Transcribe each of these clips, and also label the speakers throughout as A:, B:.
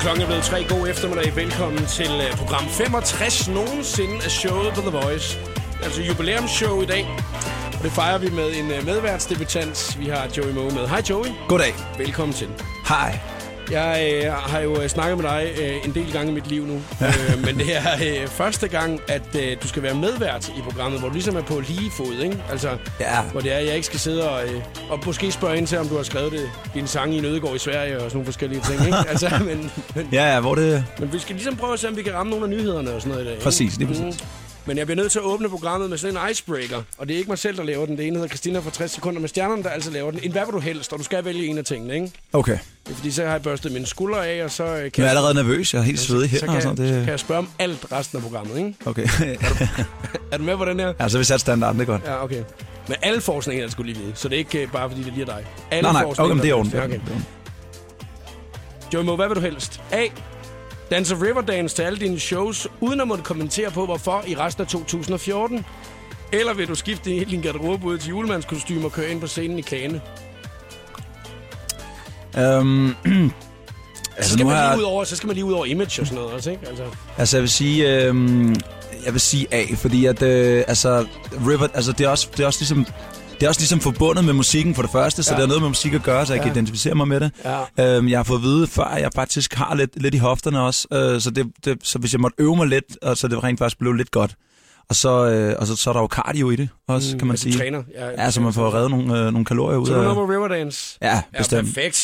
A: Klokken er blevet tre. God eftermiddag. Velkommen til øh, program 65 nogensinde af showet på The Voice. Altså jubilæumsshow i dag. Og det fejrer vi med en øh, medværtsdebutant. Vi har Joey Moe med. Hej Joey.
B: Goddag.
A: Velkommen til.
B: Hej.
A: Jeg øh, har jo øh, snakket med dig øh, en del gange i mit liv nu, øh, men det er øh, første gang, at øh, du skal være medvært i programmet, hvor du ligesom er på lige fod, ikke? Altså,
B: Ja.
A: hvor det er, at jeg ikke skal sidde og, øh, og måske spørge ind til, om du har skrevet det, din sang i Nødegård i Sverige og sådan nogle forskellige ting, ikke? Altså, men, men,
B: Ja, ja, hvor det...
A: men vi skal ligesom prøve at se, om vi kan ramme nogle af nyhederne og sådan noget i dag. ikke?
B: Præcis, lige præcis.
A: Mm. Men jeg bliver nødt til at åbne programmet med sådan en icebreaker, og det er ikke mig selv, der laver den. Det ene hedder Christina for 60 sekunder med stjernerne, der altså laver den. En hvad vil du helst, og du skal vælge en af tingene, ikke?
B: Okay.
A: Det er fordi, så har jeg børstet mine skuldre af, og så øh,
B: Nu
A: kan,
B: er jeg
A: jeg,
B: allerede nervøs. Jeg er helt svedig
A: så,
B: her og
A: kan,
B: sådan
A: jeg, så kan
B: det.
A: jeg spørge om alt resten af programmet, ikke?
B: Okay.
A: Er du med på den her?
B: ja, så har vi sat standarden, det er godt.
A: Ja, okay. Men alle forskninger, jeg skulle lige vide, så det er ikke øh, bare fordi, det lige er dig. Alle
B: Nej, nej, okay, men det er
A: ordentligt.
B: ordentligt.
A: Ja, okay.
B: Det er ordentligt.
A: Joey Moe, hvad vil du helst? A. Danse Riverdance til alle dine shows, uden at måtte kommentere på, hvorfor i resten af 2014. Eller vil du skifte hele din garderobe ud til julemandskostyme og køre ind på scenen i Kane?
B: Øhm,
A: Så
B: altså,
A: skal,
B: nu
A: man
B: har
A: lige ud
B: jeg,
A: over, så skal man lige ud over image og sådan noget også, ikke? Altså,
B: altså, jeg vil sige... Øhm, jeg vil sige A, fordi at, øh, altså, River, altså, det, er også, det er også ligesom... Det er også ligesom forbundet med musikken for det første, så
A: Ja.
B: ja. det har noget med musik at gøre, så jeg ja. kan identificere mig med det. Ja. Øhm, jeg har fået at vide før, at jeg faktisk har lidt, lidt i hofterne også, øh, så, det, det, så hvis jeg måtte øve mig lidt, og så det rent faktisk blev lidt godt. Og så, øh, og så, så er der jo cardio i det også, mm, kan man
A: altså,
B: sige.
A: træner. Ja,
B: Ja, så man får reddet nogle, øh, nogle kalorier ud
A: Så er du
B: af...
A: nummer Riverdance?
B: Ja,
A: Ja,
B: bestemt.
A: perfekt.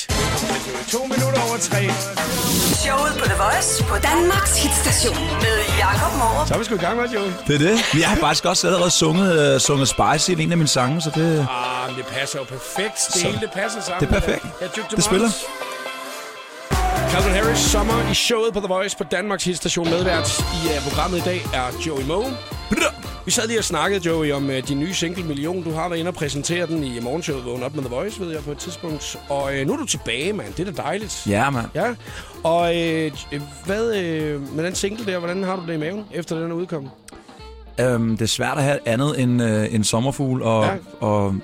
A: To minutter over tre.
C: Showet på The Voice på Danmarks hitstation med Jakob Morup.
A: Så er vi sgu i gang, hva' Joey?
B: Det er det. Men jeg har faktisk også allerede sunget, øh, sunget Spice i en af mine sange, så det...
A: Ah, men det passer jo perfekt. Det
B: Så.
A: hele det passer sammen.
B: Det er perfekt.
A: Ja, Duke
B: Det spiller.
A: Calvin Harris, sommer i showet på The Voice på Danmarks hitstation medvært i uh, programmet i dag er Joey Moe. Vi sad lige og snakkede, Joey, om uh, din nye single Million. Du har været inde og præsentere den i morgenshowet Vågen op med The Voice, ved jeg, på et tidspunkt. Og uh, nu er du tilbage, mand. Det er da dejligt.
B: Ja, mand.
A: Ja, og øh, hvad øh, med den single der, hvordan har du det i maven, efter den er udkommet?
B: Øhm, det er svært at have andet end, øh, end sommerfugl og,
A: Ja.
B: ja. og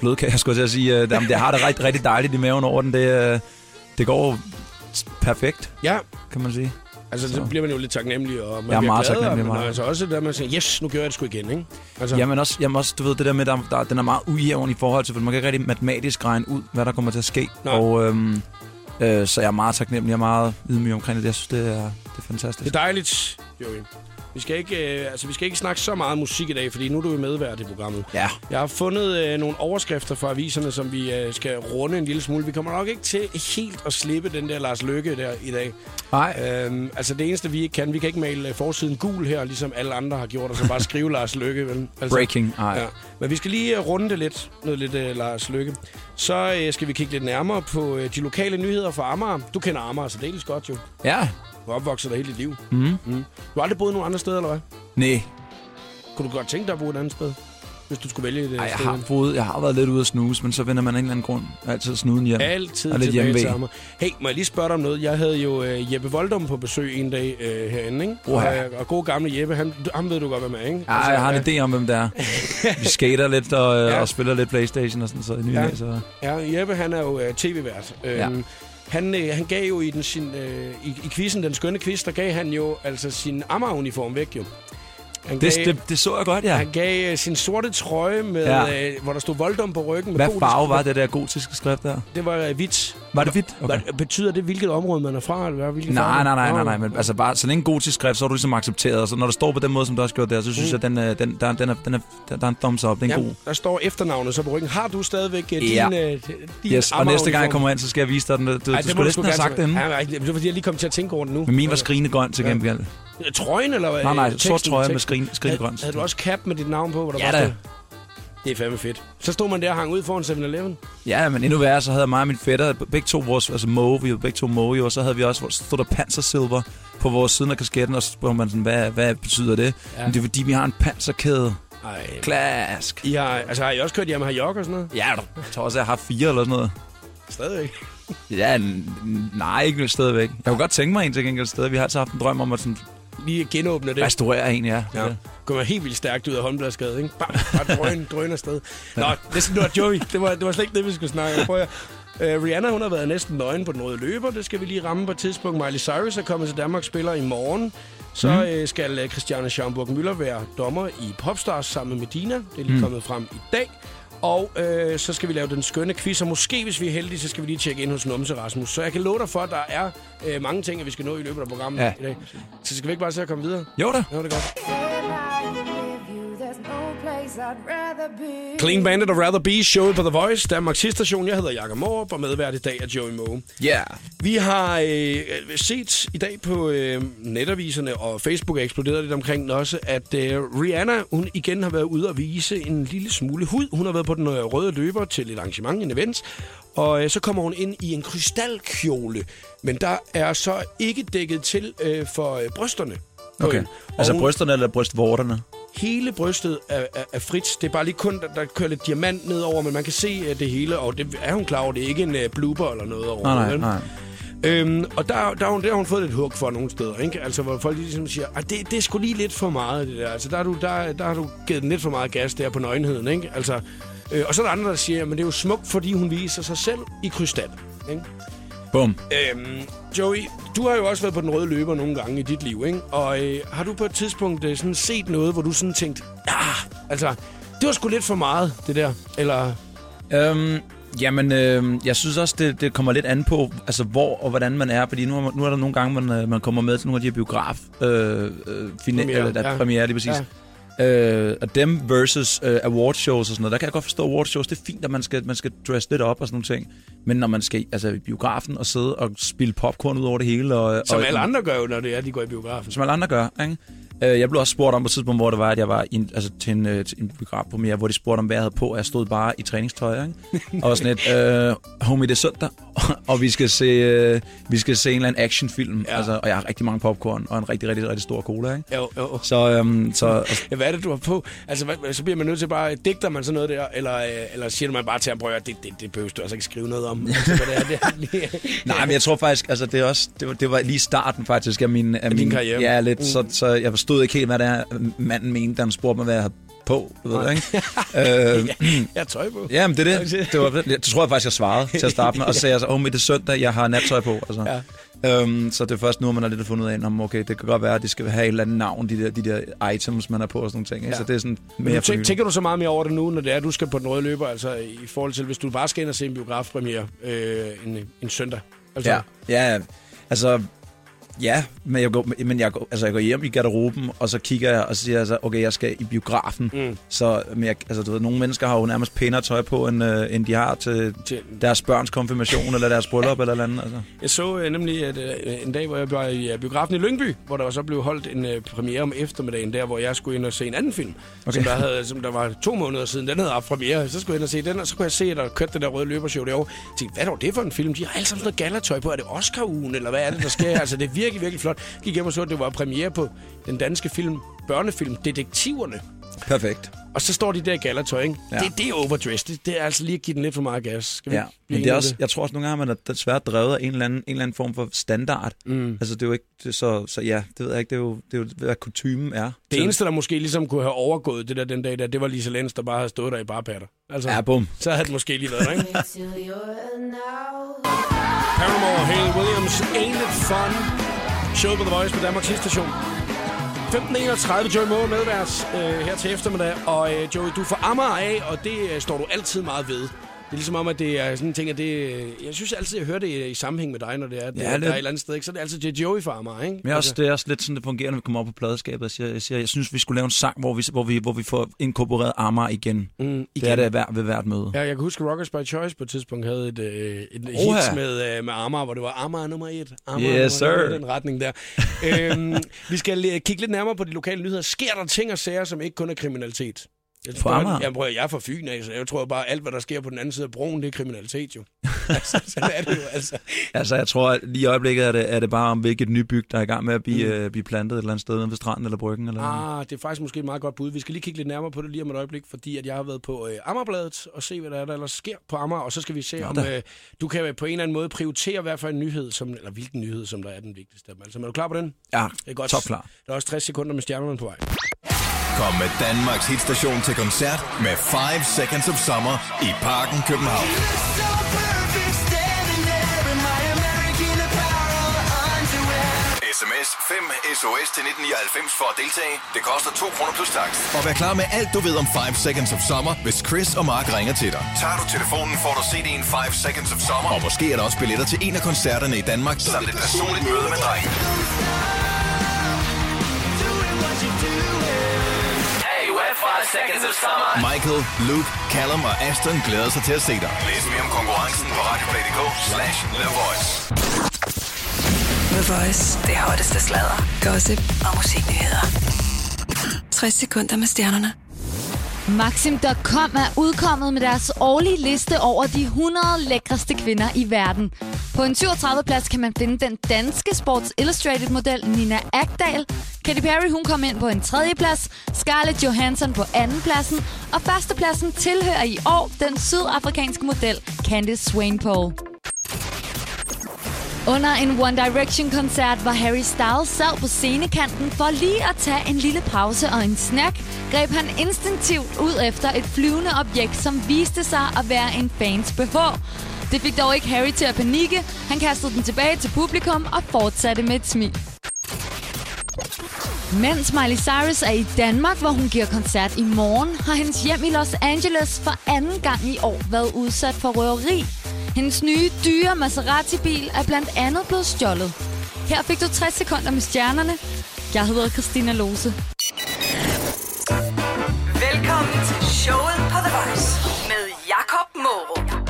B: flødekage, jeg skulle til at sige. Øh, jamen, det har det rigtig, rigtig dejligt i maven over den. Det, øh, det går perfekt,
A: Ja,
B: kan man sige.
A: altså så.
B: Så.
A: bliver man jo lidt taknemmelig, og man
B: Jeg er
A: bliver
B: meget
A: glad, og
B: taknemmelig,
A: man,
B: meget.
A: altså også det der, man siger, yes, nu gør jeg det sgu igen, ikke? Altså,
B: Jamen også, jamen også, du ved, det der med, der, der, den er meget ujævn i forhold til, for man kan ikke rigtig matematisk regne ud, hvad der kommer til at ske.
A: Nej.
B: Og, øhm, øh, så jeg er meget taknemmelig, jeg er meget ydmyg omkring det. Jeg synes, det er, det er fantastisk.
A: Det er dejligt, Joey. Vi skal, ikke, øh, altså, vi skal ikke snakke så meget musik i dag, fordi nu er du jo medvært i programmet.
B: Ja.
A: Jeg har fundet øh, nogle overskrifter fra aviserne, som vi øh, skal runde en lille smule. Vi kommer nok ikke til helt at slippe den der Lars Løkke der i dag.
B: Nej,
A: Øhm, altså det eneste, vi ikke kan, vi kan ikke male øh, forsiden gul her, ligesom alle andre har gjort, og så bare skrive Lars Løkke. Vel? Altså,
B: breaking. Ej.
A: Ja. Men vi skal lige øh, runde det lidt, noget lidt øh, Lars Lykke. Så øh, skal vi kigge lidt nærmere på øh, de lokale nyheder fra Amager. Du kender Amager så dels godt jo.
B: Ja.
A: Du har opvokset der hele dit liv.
B: Mm.
A: Du har aldrig boet nogen andre steder, eller hvad?
B: Nej,
A: Kunne du godt tænke dig at bo et andet sted? Hvis du skulle vælge et øh,
B: Ej, jeg,
A: sted?
B: har boet, jeg har været lidt ude at snuse, men så vender man af en eller anden grund altid snuden hjem.
A: Altid
B: Og lidt
A: tilbage
B: hjemve.
A: til Amager. Hey, må jeg lige spørge dig om noget? Jeg havde jo øh, Jeppe Voldum på besøg en dag øh, herinde, ikke?
B: Uha.
A: Og, øh, og god gamle Jeppe, han, ham ved du godt, hvad med, ikke?
B: Ej, jeg har en
A: Altså, ja,
B: idé om, hvem det er. Vi skater lidt og,
A: Ja.
B: ja. og spiller lidt Playstation og sådan, så i ny
A: Ja.
B: ja. så...
A: Ja, Jeppe, han er jo øh, tv-vært. Øhm,
B: Ja.
A: Han, øh, han gav jo i, den, sin, øh, i, i quizzen, den skønne quiz, der gav han jo altså sin Amager-uniform væk, jo. Han
B: Det,
A: gav,
B: det, det, så jeg godt, ja.
A: han gav øh, sin sorte trøje, med, ja.
B: Ja.
A: øh, hvor der stod Voldum på ryggen. Med
B: Hvad
A: gotisk-
B: farve var det der gotiske skrift der?
A: Det var øh, hvidt.
B: Var det hvidt?
A: Okay. Betyder det, hvilket område man er fra? Eller hvad, hvilken
B: Nej,
A: farve?
B: nej, nej, nej,
A: Nå.
B: nej, men altså bare, så længe gotisk skrift, så er du ligesom accepteret, og så når det står på den måde, som du også gjorde der, så synes
A: Mm.
B: jeg, den, øh, den, der, den er, den er, der, der er en thumbs up, den er
A: Ja,
B: ja. god.
A: der står efternavnet så på ryggen. Har du stadigvæk øh,
B: Ja.
A: din, øh, din
B: Yes, og næste gang jeg
A: Amager-uniform?
B: kommer ind, så skal jeg vise dig den, øh, du, du,
A: Ej,
B: du
A: det
B: skulle
A: må
B: næsten
A: sgu
B: have
A: gerne
B: sagt
A: til-
B: den.
A: Ja, nej, det var fordi, jeg lige kom til at tænke over det nu.
B: Men min var
A: Altså,
B: skrigende grøn til
A: Ja.
B: gengæld.
A: Trøjen, eller hvad?
B: Nej, nej,
A: Øh,
B: sort
A: teksten,
B: trøje med
A: teksten.
B: skrigende, skrigende grøn.
A: Havde du også cap med dit navn på, hvor der
B: Ja
A: bare
B: da.
A: stod? Det er fandme fedt. Så stod man der og hang ud foran 7-Eleven.
B: Ja, men endnu værre, så havde mig og min fætter, begge to vores, altså Moe, vi var begge to Moe, jo, og så havde vi også, hvor- så stod der pansersilver på vores siden af kasketten, og så spurgte man sådan, hvad, hvad betyder det?
A: Ja.
B: Ja. Men det er fordi, vi har en panserkæde.
A: Ej,
B: Klask.
A: I har, altså, har I også kørt hjem og jok og sådan noget?
B: Ja, du. Jeg tror også, jeg har fire eller sådan noget.
A: Stadigvæk.
B: Ja, n- n- nej, ikke vel stadigvæk. Jeg kunne godt tænke mig en til gengæld sted. Vi har altid haft en drøm om at sådan,
A: Lige genåbne det.
B: restaurere en, ja.
A: Ja.
B: ja.
A: Kommer helt vildt stærkt ud af håndbladskade, ikke? Bam, bare drøn, drøn afsted. Nå, det, det var Joey. Det var, det var slet ikke det, vi skulle snakke om. Prøv at, Uh, Rihanna, hun har været næsten nøgen på den røde løber. Det skal vi lige ramme på et tidspunkt. Miley Cyrus er kommet til Danmark spiller i morgen. Så
B: Mhm.
A: mm. øh, skal øh, Christiane Schaumburg Müller være dommer i Popstars sammen med Medina. Det
B: Mhm.
A: er lige mm. kommet frem i dag. Og øh, så skal vi lave den skønne quiz, og måske, hvis vi er heldige, så skal vi lige tjekke ind hos Numse Rasmus. Så jeg kan love dig for, at der er øh, mange ting, vi skal nå i løbet af programmet ja.
B: Ja.
A: i dag. Så skal vi ikke bare se at komme videre?
B: Jo da.
A: Jo, det er godt.
D: Clean.
A: Clean Bandit og Rather Be, showet på The Voice, Danmarks station. Jeg hedder Jakob Morup og medvært i dag er Joey Moe.
B: Ja.
A: Vi har øh, set i dag på øh, netaviserne, og Facebook er eksploderet lidt omkring den også, at øh, Rihanna hun igen har været ude at vise en lille smule hud. Hun har været på den øh, røde løber til et arrangement, en event, og øh, så kommer hun ind i en krystalkjole, men der er så ikke dækket til øh, for øh, brysterne. på
B: Okay.
A: hende. Og
B: Altså
A: hun-
B: brysterne eller brystvorterne?
A: hele brystet er, er, er frit. Det er bare lige kun, der, der kører lidt diamant nedover, men man kan se uh, det hele, og det er hun klar over. Det er ikke en uh, blooper eller noget over.
B: Nej, nej,
A: vel?
B: nej.
A: Øhm, og der, der, har hun, der har hun fået lidt hug for nogle steder, ikke? Altså, hvor folk ligesom siger, at det, det er sgu lige lidt for meget, det der. Altså, der, er du, der, der har du givet den lidt for meget gas der på nøgenheden, ikke? Altså, øh, og så er der andre, der siger, at det er jo smukt, fordi hun viser sig selv i krystal, ikke?
B: Bum.
A: Øhm, Joey, du har jo også været på den røde løber nogle gange i dit liv, ikke? Og øh, har du på et tidspunkt øh, sådan set noget, hvor du sådan tænkte, ah, altså, det var sgu lidt for meget, det der, eller...
B: Øhm, jamen, øh, jeg synes også, det, det kommer lidt an på, altså hvor og hvordan man er. Fordi nu, er- nu er der nogle gange, man, øh, man kommer med til nogle af de her biograf øh, øh, fina-
A: Premiere,
B: eller, der
A: ja.
B: ja. premiere, lige præcis. Ja. Øh, og dem versus øh, award shows og sådan noget. Der kan jeg godt forstå award shows. Det er fint, at man skal, man skal dress lidt op og sådan nogle ting. Men når man skal altså, i biografen og sidde og spille popcorn ud over det hele. Og,
A: Som
B: og,
A: alle andre gør jo, når det er, de går i biografen.
B: som alle andre gør. Ikke? Øh, Jeg blev også spurgt om på et tidspunkt, hvor det var, at jeg var i en, altså, til en, øh, til en biograf på mere, hvor de spurgte om, hvad jeg havde på, og jeg stod bare i træningstøj. Ikke? Og var sådan lidt, øh, homie, det er søndag, og vi skal se, øh, vi skal se en eller anden actionfilm.
A: Ja.
B: Ja. Altså, og jeg har rigtig mange popcorn og en rigtig, rigtig, rigtig stor cola. Ikke?
A: Jo, jo.
B: Så, øhm, så og,
A: Ja, hvad er det, du har på? Altså, hvad, så bliver man nødt til bare... Digter man sådan noget der, eller, øh, eller siger man bare til ham, prøv at høre, det, det, det behøver du altså ikke skrive noget om. Altså, hvad det er, det er lige...
B: nej, men jeg tror faktisk, altså, det, er også, det, var, det var lige starten faktisk af min, af
A: din
B: min
A: karriere.
B: Ja, lidt, mm. så, så jeg forstod ikke helt, hvad det er, manden mente, da han spurgte mig, hvad jeg havde på. Du ved, ikke? øh,
A: Jeg har tøj på.
B: Jamen, det er det. Det, var, det tror jeg faktisk, jeg svarede til at starte med. Og så sagde jeg så, oh, det er søndag, jeg har nattøj på. Altså. Ja. Øhm, så det er først nu, man har lidt fundet ud af, om okay, det kan godt være, at det skal have et eller andet navn, de der, de der items, man har på og sådan nogle ting. Ja. Så det er sådan
A: Men
B: mere
A: du
B: for
A: tænker,
B: nylig.
A: tænker du så meget mere over det nu, når det er, at du skal på den røde løber, altså i forhold til, hvis du bare skal ind og se en biografpremiere øh, en, en søndag? Altså,
B: Ja, ja, altså... Ja, men jeg går, men jeg går, altså jeg går hjem i garderoben, og så kigger jeg og siger, altså, okay, jeg skal i biografen. Mm. Så men jeg, altså, du ved, nogle mennesker har jo nærmest pænere tøj på, end, øh, end de har til,
A: Til-
B: til deres børns konfirmation, eller deres bryllup, eller eller andet. Altså.
A: Jeg så øh, nemlig at, øh, en dag, hvor jeg var i øh, biografen i Lyngby, hvor der så blev holdt en øh, premiere om eftermiddagen, der hvor jeg skulle ind og se en anden film, okay. som, der havde, som der var to måneder siden. Den havde haft premiere, så skulle jeg ind og se den, og så kunne jeg se, at der kørte det der røde løbershow derovre. Jeg tænkte, hvad er dog det for en film? De har alle sammen sådan noget gallertøj på. Er det Oscar-ugen, eller hvad er det, der sker? altså, det er virkelig, virkelig flot. Jeg gik hjem og så, at det var premiere på den danske film, børnefilm Detektiverne.
B: Perfekt.
A: Og så står de der i gallertøj, ikke? Ja.
B: Ja.
A: Det, det er overdressed. Det, det er altså lige at give den lidt for meget gas. Skal vi
B: Ja,
A: ikke blive
B: men det
A: enige
B: er
A: om
B: også, jeg tror også nogle gange, man er desværre drevet af en eller anden, en eller anden form for standard. Mm. Altså det er jo ikke, det, er så, så ja, det ved jeg ikke, det er jo, det er jo hvad kutumen er.
A: Det eneste, der måske ligesom kunne have overgået det der den dag der, det var Lisa Lenz, der bare havde stået der i barpatter. Altså,
B: Ja, bum.
A: så havde det måske lige været der, ikke? Paramore, Hale Williams, Ain't It Fun. Show på The Voice på Danmarks station. 15.31, Joey Moe medvært øh, her til eftermiddag. Og øh, Joey, du får Amager af, og det øh, står du altid meget ved. Det er ligesom om, at det er sådan en ting, at det... øh, Jeg synes altid, jeg hører det i sammenhæng med dig, når det er, at
B: Ja,
A: ja, det,
B: lidt.
A: der er et eller andet sted. Ikke? Så er det altid det er Joey for Amager, ikke?
B: Men jeg er også, det er også lidt sådan, det fungerer, når vi kommer op på pladeskabet. Jeg siger, jeg, siger, jeg synes, vi skulle lave en sang, hvor vi, hvor vi, hvor vi får inkorporeret Amager igen. Mm, igen. Det er det hver, ved hvert møde.
A: Ja, jeg kan huske, at Rockers by Choice på et tidspunkt havde et, øh, et
B: Oha.
A: hit med, øh, med Amager, hvor det var Amager nummer et. Amager
B: Yes,
A: nummer et,
B: sir.
A: i den retning der. øhm, vi skal øh, kigge lidt nærmere på de lokale nyheder. Sker der ting og sager, som ikke kun er kriminalitet? Jeg tror,
B: Amager?
A: Jeg, prøver, jeg er fra Fyn, altså. Jeg tror bare, alt, hvad der sker på den anden side af broen, det er kriminalitet jo. altså, sådan er det jo, altså.
B: Altså, jeg tror, at lige i øjeblikket er det, er det bare om, hvilket nybyg, der er i gang med at blive, mm. øh, blive plantet et eller andet sted nede ved stranden eller bryggen. Eller ah.
A: Ah, det er faktisk måske et meget godt bud. Vi skal lige kigge lidt nærmere på det lige om et øjeblik, fordi at jeg har været på øh, Ammerbladet og se, hvad der, er, der ellers sker på Ammer, og så skal vi se, om
B: da.
A: øh, du kan øh, på en eller anden måde prioritere hvad for en nyhed, som, eller hvilken nyhed, som der er den vigtigste. af dem. Altså, er du klar på den?
B: Ja,
A: Det er godt.
B: topklar.
A: Der er også 60 sekunder med stjernerne på vej.
E: Kom med Danmarks hitstation til koncert med 5 Seconds of Summer i Parken København.
F: It's so perfect,
E: sms 5 SOS til 1999 for at deltage. Det koster 2 kroner plus takst. Og vær klar med alt, du ved om 5 Seconds of Summer, hvis Chris og Mark ringer til dig. Tager du telefonen, får du CD'en 5 Seconds of Summer. Og måske er der også billetter til en af koncerterne i Danmark. Samt et personligt møde med dig.
D: Hey, we're five seconds of summer.
E: Michael, Luke, Callum og Aston glæder sig til at se dig. Læs mere om konkurrencen på radioplay.dk slash The Voice.
C: The Voice. Det hotteste sladder, gossip og musiknyheder. 60 sekunder med stjernerne.
F: Maxim.com er udkommet med deres årlige liste over de 100 lækreste kvinder i verden. På en 37. plads kan man finde den danske Sports Illustrated-model Nina Agdal. Katy Perry hun kom ind på en tredje plads, Scarlett Johansson på anden pladsen, og førstepladsen tilhører i år den sydafrikanske model Candice Swainpole. Under en One Direction-koncert var Harry Styles sad på scenekanten for lige at tage en lille pause og en snack, greb han instinktivt ud efter et flyvende objekt, som viste sig at være en fans BH. Det fik dog ikke Harry til at panikke. Han kastede den tilbage til publikum og fortsatte med et smil. Mens Miley Cyrus er i Danmark, hvor hun giver koncert i morgen, har hendes hjem i Los Angeles for anden gang i år været udsat for røveri. Hendes nye dyre Maserati-bil er blandt andet blevet stjålet. Her fik du 60 sekunder med stjernerne. Jeg hedder Christina Lose.
C: Velkommen til showet på The Voice med Jakob Morup.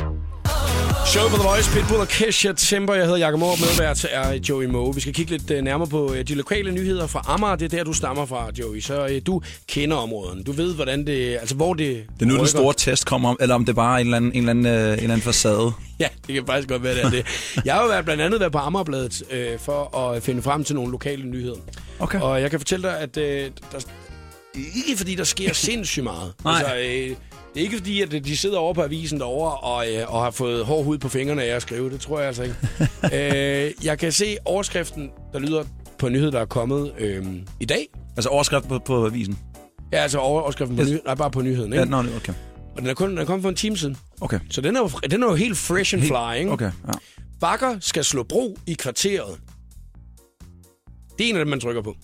A: Show på The Voice, Pitbull og Kesha Timber. Jeg hedder Jakob Moore, medvært er Joey Moe. Vi skal kigge lidt øh, nærmere på øh, de lokale nyheder fra Amager. Det er der, du stammer fra, Joey. Så øh, du kender områden. Du ved, hvordan det, altså, hvor det
B: Det er nu,
A: rykker.
B: den store test kommer om, eller om det bare er en eller anden, en eller anden, øh, en eller anden facade.
A: Ja, det kan faktisk godt være, det er det. Jeg har jo været, blandt andet været på Amagerbladet øh, for at finde frem til nogle lokale nyheder.
B: Okay.
A: Og jeg kan fortælle dig, at øh, der, ikke fordi der sker sindssygt meget.
B: Nej.
A: øh, det er ikke fordi, at øh, de sidder over på avisen derovre og, øh, og har fået hård hud på fingrene af at skrive. Det tror jeg altså ikke. øh, jeg kan se overskriften, der lyder på en nyhed, der er kommet øh, i dag.
B: Altså overskrift på, på avisen.
A: Ja, altså over, overskriften på
B: Yes.
A: nyheden. Nej, bare på nyheden. Ikke?
B: Ja, nå, okay.
A: Og den er, kun, den er kommet for en time siden.
B: Okay.
A: Så den er jo, den er jo helt fresh and fly, ikke?
B: Okay, ja.
A: Bakker skal slå bro i kvarteret. Det er en af dem, man trykker på.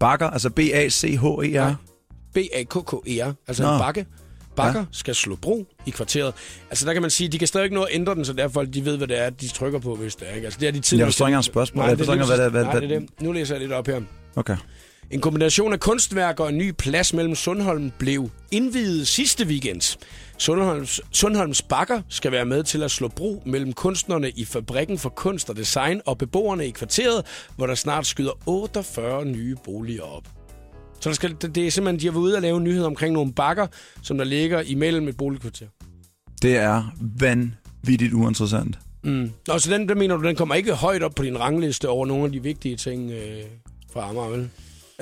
B: Bakker, altså B-A-C-H-E-R.
A: B-A-K-K-E-R, altså Nå.
B: Nå.
A: en bakke. Bakker
B: Ja.
A: ja. skal slå bro i kvarteret. Altså der kan man sige, de kan stadig ikke nå at ændre den, så derfor de ved, hvad det er, de trykker på, hvis det er. Ikke? Altså, det er de tidligere-
B: forstår ikke engang spørgsmålet.
A: Nej,
B: Jeg
A: det er
B: forstår ikke,
A: lige
B: hvad det er-
A: præcis-
B: hvad-
A: Nej, det er det. Nu læser jeg lidt op her.
B: Okay.
A: En kombination af kunstværker og en ny plads mellem Sundholm blev indviet sidste weekend. Sundholms, Sundholms Bakker skal være med til at slå bro mellem kunstnerne i Fabrikken for Kunst og Design og beboerne i kvarteret, hvor der snart skyder 48 nye boliger op. Så der skal, det, det er simpelthen, de har været ude og lave nyheder omkring nogle bakker, som der ligger imellem et boligkvarter.
B: Det er vanvittigt uinteressant.
A: Nå, så den, den mener du, den kommer ikke højt op på din rangliste over nogle af de vigtige ting øh, fra Amager, vel?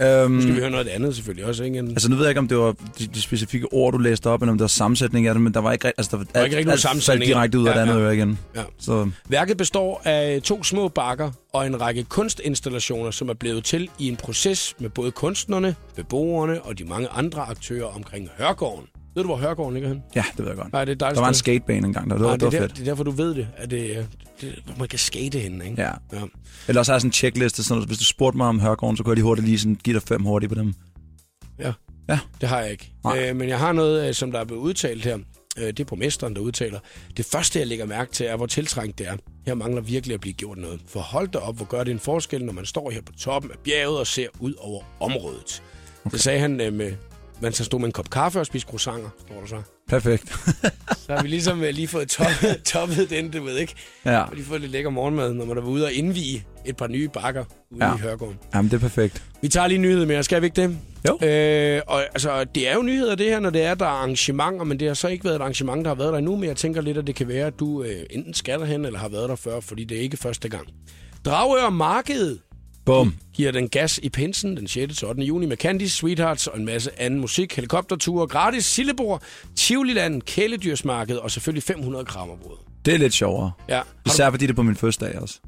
B: Øhm,
A: Skal vi høre noget andet selvfølgelig også, ikke? En,
B: Altså, nu ved jeg ikke, om det var de, de specifikke ord, du læste op, eller om det var sammensætning af det, men der var ikke, rigt- altså, der, der
A: var ikke rigtig nogen sammensætning.
B: direkte ud af
A: Ja,
B: ja, det andet
A: ja.
B: øre igen.
A: Ja.
B: Så,
A: Værket består af to små bakker og en række kunstinstallationer, som er blevet til i en proces med både kunstnerne, beboerne og de mange andre aktører omkring Hørgården. Ved du, hvor Hørgården ligger hen?
B: ja, det ved jeg godt.
A: Nej, altså det er et dejligt
B: der var en
A: sted.
B: skatebane engang, der, det var,
A: Nej,
B: det var
A: det, er der,
B: fedt.
A: det er derfor, du ved det, at det, er- det, hvor man kan skate henne, ikke?
B: Ja.
A: ja.
B: Eller også har jeg sådan en checkliste, sådan, at hvis du spurgte mig om Hørgården, så kunne jeg lige hurtigt lige sådan, give dig fem hurtigt på dem.
A: Ja.
B: Ja.
A: Det har jeg ikke.
B: Nej.
A: Øh, men jeg har noget, øh, som der er blevet udtalt her. Øh, det er borgmesteren, der udtaler. Det første, jeg lægger mærke til, er, hvor tiltrængt det er. Her mangler virkelig at blive gjort noget. For hold da op, hvor gør det en forskel, når man står her på toppen af bjerget og ser ud over området. Okay. Det sagde han øh, med... Man så stod med en kop kaffe og spiste croissanter, står der så.
B: Perfekt.
A: Så har vi ligesom øh, lige fået toppet, toppet den, du ved ikke.
B: ja.
A: Og lige fået lidt lækker morgenmad, når man er ude og indvige et par nye bakker ude ja.
B: Ja.
A: i Hørgården.
B: Jamen, det er perfekt.
A: Vi tager lige nyheder med, skal vi ikke det?
B: Jo.
A: Øh, og altså, det er jo nyheder, det her, når det er, der er arrangementer, men det har så ikke været et arrangement, der har været der endnu, men jeg tænker lidt, at det kan være, at du øh, enten skal derhen, eller har været der før, fordi det er ikke første gang. Dragør Marked
B: Bum.
A: giver den gas i pinsen den 6. til 8. juni med Candice, Sweethearts og en masse anden musik, helikopterture, gratis Sillebord, Tivoliland, Kæledyrsmarked og selvfølgelig 500 krammerbrød.
B: Det er lidt sjovere.
A: Ja. Har du,
B: Især fordi det er på min første dag også.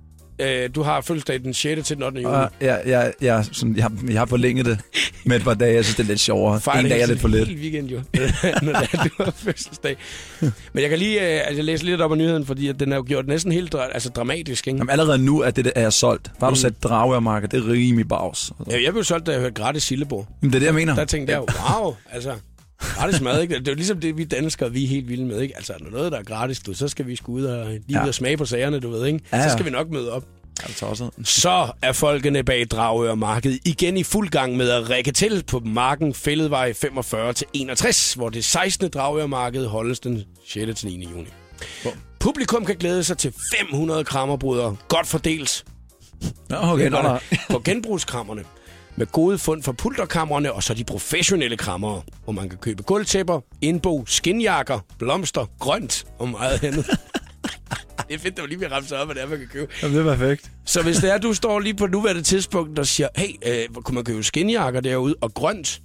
A: øh, du har fødselsdag den 6. til den 8. juni.
B: Og jeg, jeg, jeg, sådan, jeg, har- jeg har forlænget det med et par dage. Jeg synes, det er lidt sjovere.
A: Fejl
B: en dag er lidt for lidt.
A: Hele weekend jo, når det er, du har fødselsdag. Men jeg kan lige øh, altså, læse lidt op af nyheden, fordi at den er jo gjort næsten helt dra- altså, dramatisk. Ikke?
B: Jamen, allerede nu er, det, er jeg solgt. Bare du sat dragermarker, det er rimelig bags.
A: Mm. Ja, jeg blev solgt, da jeg hørte gratis Sillebo.
B: Jamen, det er det, jeg mener.
A: Der tænkte jeg jo, wow, altså, gratis mad, ikke? Det er jo ligesom det, vi danskere, vi er helt vilde med, ikke? Altså, når noget, der er gratis, du, så skal vi sgu ud og, lige
B: Ja.
A: ud og smage på sagerne, du ved, ikke?
B: Ja,
A: Så
B: ja.
A: skal vi nok møde op.
B: Er du tosset?
A: Så er folkene bag Dragør Marked igen i fuld gang med at række til på marken Fælledvej 45 til 61, hvor det 16. Dragør Marked holdes den 6. til 9. juni. Publikum kan glæde sig til 500 krammerbrødre, godt fordelt
B: Nå, okay, nå, nå.
A: på genbrugskrammerne. Med gode fund fra pulterkammerne og så de professionelle krammere, hvor man kan købe gulvtæpper, indbo, skinjakker, blomster, grønt og meget andet. det er fedt, at man lige bliver ramt op, hvad det er, man kan købe.
B: Jamen, det er perfekt.
A: Så hvis det er, du står lige på nuværende tidspunkt og siger, hey, øh, hvor kunne man købe skinjakker derude og grønt,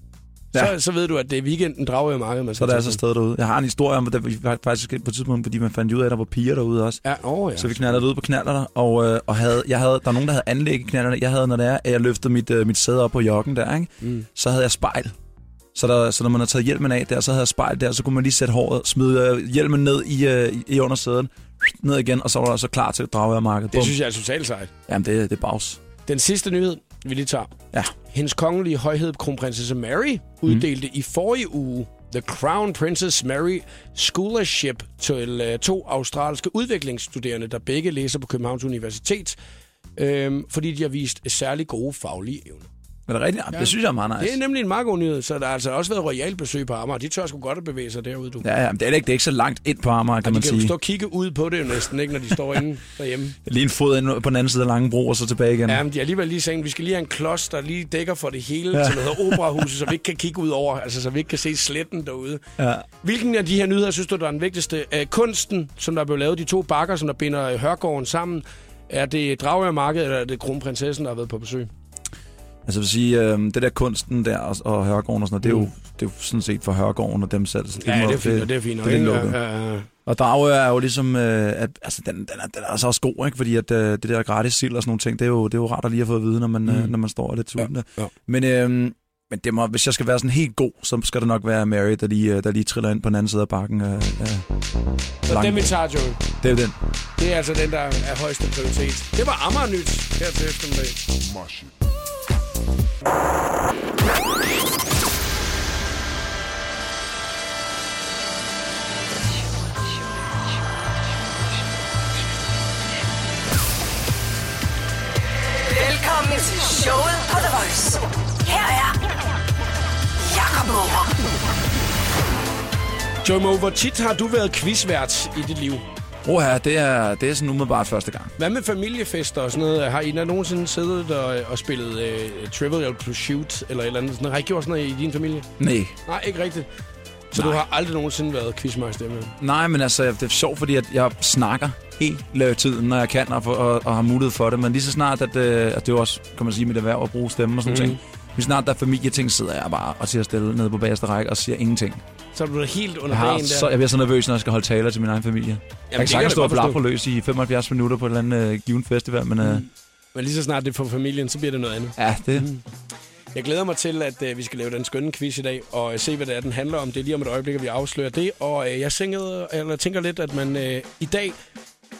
A: ja.
B: Ja.
A: så, så ved du, at det er weekenden drager i markedet, man
B: Så
A: skal
B: er der
A: tage
B: altså
A: til.
B: stadig derude. Jeg har en historie om, at vi faktisk på et tidspunkt, fordi man fandt ud af, at der var piger derude også.
A: Ja, åh ja.
B: Så vi knaldede ud på knallerne, og, øh, og havde, jeg havde, der var nogen, der havde anlæg i knallerne. Jeg havde, når det er, at jeg løftede mit, øh, mit sæde op på joggen der, ikke? Mm. så havde jeg spejl. Så, der, så når man havde taget hjelmen af der, så havde jeg spejl der, så kunne man lige sætte håret, smide øh, hjelmen ned i, øh, i- i under sæden, ned igen, og så var der så klar til at drage af markedet.
A: Det synes jeg er totalt sejt.
B: Jamen, det, det er bags.
A: Den sidste nyhed, vi lige tager.
B: Ja.
A: Hendes kongelige højhed, kronprinsesse Mary, uddelte mm. i forrige uge The Crown Princess Mary Scholarship til øh, to australske udviklingsstuderende, der begge læser på Københavns Universitet, øh, fordi de har vist særlig gode faglige evner.
B: Men det er rigtigt? Ja. Det synes jeg er meget nice.
A: Det er nemlig en meget god nyhed, så der har altså også været royal besøg på Amager. De tør sgu godt at bevæge sig derude, du. Ja,
B: Ja, ja, men det er, heller ikke, det er ikke så langt ind på Amager, kan
A: de
B: man
A: kan jo
B: sige.
A: stå og kigge ud på det jo næsten, ikke, når de står inde derhjemme.
B: Lige en fod ind på den anden side af Langebro, og så tilbage igen.
A: Ja, men de har alligevel lige sagt, at vi skal lige have en klods, der lige dækker for det hele, ja. som hedder Operahuset, så vi ikke kan kigge ud over, altså så vi ikke kan se sletten derude.
B: Ja.
A: Hvilken af de her nyheder synes du, der er den vigtigste? Æ, kunsten, som der blev lavet, de to bakker, som der binder øh, Hørgården sammen, er det Dragørmarkedet, eller er det kronprinsessen, der har været på besøg?
B: Altså jeg vil sige, øh, det der kunsten der og, og Hørgården og sådan noget, det, er jo, det er jo sådan set for Hørgården og dem selv. Så
A: Mm. Ja,
B: må-
A: det er fint, og det er fint.
B: Det er lidt
A: ikke?
B: lukket.
A: Øh, øh,
B: Og Dragør er jo ligesom, øh, at, altså den, den, er, den er altså også god, ikke? fordi at, øh, det der gratis sild og sådan nogle ting, det er jo, det er jo rart at lige have fået at vide, når man, mm. øh, når man står og er lidt sulten. Ja,
A: ja.
B: ja. Men, øh, men det må, hvis jeg skal være sådan helt god, så skal det nok være Mary, der lige, øh, der lige triller ind på den anden side af bakken. Øh, øh,
A: Så
B: langt.
A: den vi tager, Joey.
B: Det er jo den.
A: Det er altså den, der er højeste prioritet. Det var Amager Nyt her til eftermiddag.
C: Velkommen til showet på The Voice. Her er Jakob Morup.
A: Joey Moe, hvor tit har du været quizvært i dit liv?
B: Oha, det er, det er sådan umiddelbart første gang.
A: Hvad med familiefester og sådan noget? Har I da nogensinde siddet og, og spillet øh, Trivial Pursuit eller et eller andet? Sådan noget? Har I gjort sådan noget i din familie?
B: Nej,
A: Nej, ikke rigtigt. Så Nej. du har aldrig nogensinde været quizmeister med?
B: Nej, men altså, det er sjovt, fordi at jeg snakker hele tiden, når jeg kan og, for, og, og har mulighed for det. Men lige så snart, at, øh, at det er jo også, kan man sige, mit erhverv at bruge stemme og sådan mm. ting. Lige så snart der er familieting, sidder jeg bare og siger stille nede på bagerste række og siger ingenting.
A: Så er du da helt under
B: Jeg, har,
A: dagen
B: så,
A: der.
B: jeg bliver så nervøs, når jeg skal holde taler til min egen familie. Jamen, jeg
A: kan
B: kan sagtens
A: jeg da
B: stå og
A: godt
B: blaffe
A: forstå. Mm.
B: løs i 75 minutter på et eller andet øh, given festival, men øh,
A: Men lige så snart det er for familien, så bliver det noget andet.
B: ja,
A: Mm.
B: det...
A: Jeg glæder mig til, at øh, vi skal lave den skønne quiz i dag, og øh, se, hvad det er, den handler om. Det er lige om et øjeblik, at vi afslører det. Og øh, jeg tænker, eller tænker lidt, at man øh, i dag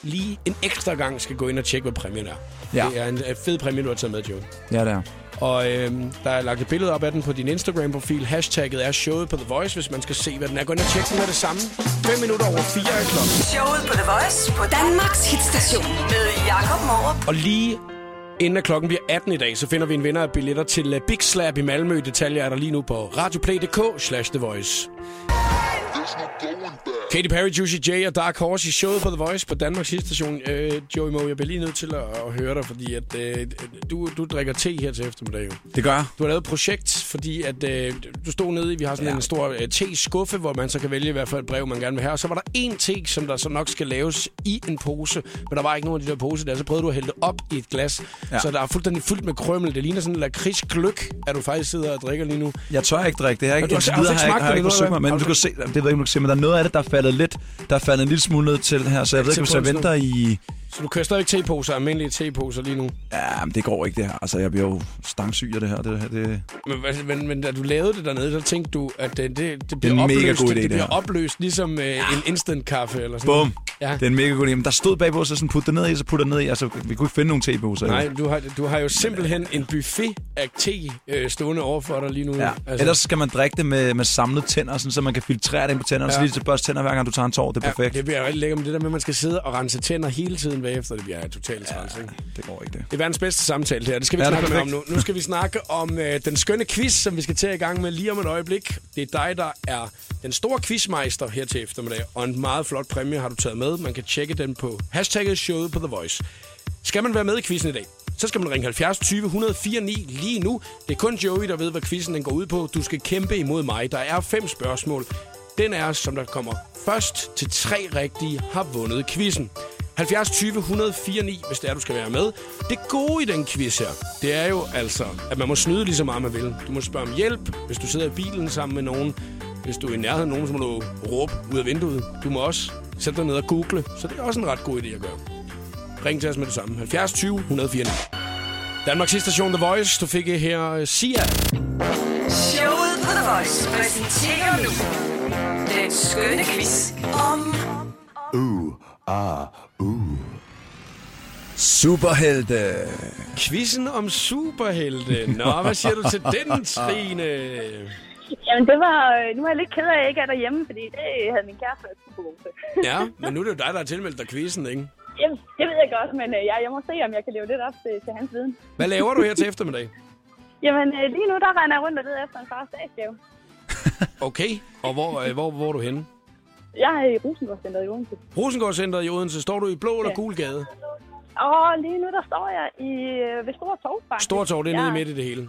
A: lige en ekstra gang skal gå ind og tjekke, hvad præmien er.
B: Ja.
A: Det er en øh, fed præmie, du har taget med, Joe.
B: Ja, det er.
A: Og øh, der er lagt et billede op af den på din Instagram-profil. Hashtagget er showet på The Voice, hvis man skal se, hvad den er. Gå ind og tjek den med det samme. 5 minutter over 4 er klokken.
C: Showet på The Voice på Danmarks hitstation med Jakob Morup.
A: Og lige inden at klokken bliver 18 i dag, så finder vi en vinder af billetter til øh, Big Slap i Malmø. Detaljer er der lige nu på radioplay.dk slash The Voice. Katy Perry, Juicy J og Dark Horse i showet på The Voice på Danmarks hitstation. Øh, Joey Moe, jeg bliver lige nødt til at, at høre dig, fordi at, øh, du, du drikker te her til eftermiddag. Jo.
B: Det gør jeg.
A: Du har lavet et projekt, fordi at, øh, du stod nede i, vi har sådan ja.
B: Ja.
A: en stor øh, te-skuffe, hvor man så kan vælge, hvad for et brev man gerne vil have. Og så var der en te, som der så nok skal laves i en pose, men der var ikke nogen af de der poser der. Så prøvede du at hælde det op i et glas, ja.
B: Ja.
A: så der er fuldstændig fyldt med krømmel. Det ligner sådan en lakridsgløk, at du faktisk sidder og drikker lige nu.
B: Jeg tør ikke drikke det her. Ikke,
A: du har-
B: indtil
A: har du
B: videre
A: ikke
B: har jeg
A: smagt
B: ikke, har
A: det
B: jeg ikke
A: endnu,
B: forsøgt mig,
A: eller
B: men
A: hvad?
B: du kan se, det ved jeg ikke, om du kan se, men der er noget af det, der er faldet lidt, der er faldet en lille smule ned til her, så jeg ved
A: Til
B: ikke, hvis jeg
A: kunsten.
B: venter i
A: Så du kører stadig teposer, almindelige teposer lige nu.
B: Ja, men det går ikke det her. Altså, jeg bliver jo stangsyg af det her. Det, her, det...
A: Men, hvad- men, men da du lavede det dernede, så tænkte du, at øh, det, det, det
B: Det er
A: bliver
B: en mega
A: opløst,
B: god idé,
A: det
B: det
A: bliver
B: her.
A: opløst ligesom øh, en instant kaffe eller sådan
B: Bum!
A: Ja.
B: Ja. Det er en mega god idé. Men der stod bagpå, så sådan, put det ned i, så putter det ned i. Altså, vi kunne ikke finde nogen teposer.
A: Nej,
B: jo.
A: du har, du har jo simpelthen en buffet af te øh, stående overfor dig lige nu.
B: Ja. Altså... Ellers skal man drikke det med, med samlet tænder, sådan, så man kan filtrere det ind på tænderne, ja. så
A: Ja.
B: lige til børste tænder, hver gang du tager en tår. Det er perfekt.
A: Ja, det bliver rigtig lækkert, men det der med, at man skal sidde og rense tænder hele tiden bagefter, det bliver totalt træls, ikke?
B: det går ikke det.
A: Det er verdens bedste samtale, det her. Det skal vi
B: Ja, det er
A: snakke mere om nu.
B: perfekt.
A: Nu skal vi snakke om øh, den skønne quiz, som vi skal til i gang med lige om et øjeblik. Det er dig, der er den store quizmeister her til eftermiddag, og en meget flot præmie har du taget med. Man kan tjekke den på hashtagget showet på The Voice. Skal man være med i quizzen i dag, så skal man ringe 70 20 104 9 lige nu. Det er kun Joey, der ved, hvad quizzen den går ud på. Du skal kæmpe imod mig. Der er fem spørgsmål. Den er, som der kommer først til tre rigtige, har vundet quizzen. 70 20 104 9, hvis det er, du skal være med. Det gode i den quiz her, det er jo altså, at man må snyde lige så meget, man vil. Du må spørge om hjælp, hvis du sidder i bilen sammen med nogen. Hvis du er i nærheden af nogen, så må du råbe ud af vinduet. Du må også sætte dig ned og google, så det er også en ret god idé at gøre. Ring til os med det samme. 70 20 104 9. Danmarks sidste station The Voice. Du fik her øh, Sia.
C: Showet på The Voice præsenterer nu den skønne quiz om...
B: Superhelte.
A: Quizzen om superhelte. Nå, hvad siger du til den, Trine?
G: Jamen, det var... øh, Nu er jeg lidt ked af, at jeg ikke er derhjemme, fordi det havde min kæreste også på gode.
A: Ja, men nu er det jo dig, der har tilmeldt dig quizzen, ikke?
G: Jamen, det ved jeg godt, men øh, jeg, jeg må se, om jeg kan leve lidt op til, til hans viden.
A: Hvad laver du her til eftermiddag?
G: Jamen, øh, lige nu, der render jeg rundt og leder efter en fars dagsgave.
A: Okay, og hvor, øh, hvor, hvor er du henne?
G: Jeg er i Rosenborg-centeret i Odense.
A: Rosengårdscenteret i Odense, står du i blå eller
G: Ja.
A: gul gade?
G: Og lige nu, der står jeg i, øh, ved Store Torv, faktisk.
A: Stortorv, det er nede
G: Ja.
A: midt i det hele.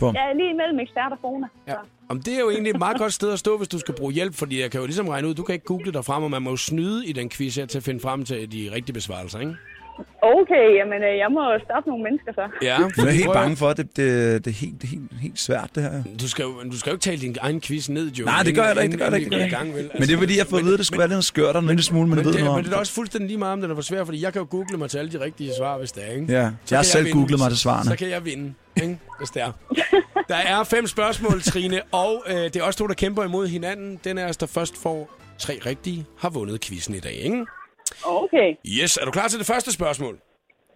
A: Ja.
G: Jeg er lige imellem ekspert og Fona.
A: Ja. Om det er jo egentlig et meget godt sted at stå, hvis du skal bruge hjælp, fordi jeg kan jo ligesom regne ud, du kan ikke google dig frem, og man må jo snyde i den quiz her til at finde frem til de rigtige besvarelser, ikke?
G: Okay, jamen, øh, jeg må stoppe nogle mennesker så.
A: Ja,
B: Jeg er
A: prøv
B: helt
A: at-
B: bange for, at det, det, det er helt, helt, helt svært, det her.
A: Du skal, jo, du skal jo ikke tale din egen quiz ned, jo.
B: Nej, det gør jeg da ikke, det gør jeg da ikke, det gør jeg ikke. Men det
A: Altså-
B: er fordi, jeg får at vide, at det skulle være lidt skørt og en lille smule, man
A: men
B: ved
A: det,
B: noget
A: men
B: om.
A: det er da også fuldstændig lige meget, om den er for svær, fordi jeg kan jo google mig til alle de rigtige svar, hvis det er, ikke?
B: Ja, jeg
A: kan
B: har selv
A: vinde.
B: googlet mig til svarene.
A: Så kan jeg vinde, ikke? hvis det er. Der er fem spørgsmål, Trine, og øh, det er også to, der kæmper imod hinanden. Den er os, der først får tre rigtige, har vundet quizzen i dag, ikke?
G: Okay,
A: Yes, er du klar til det første spørgsmål?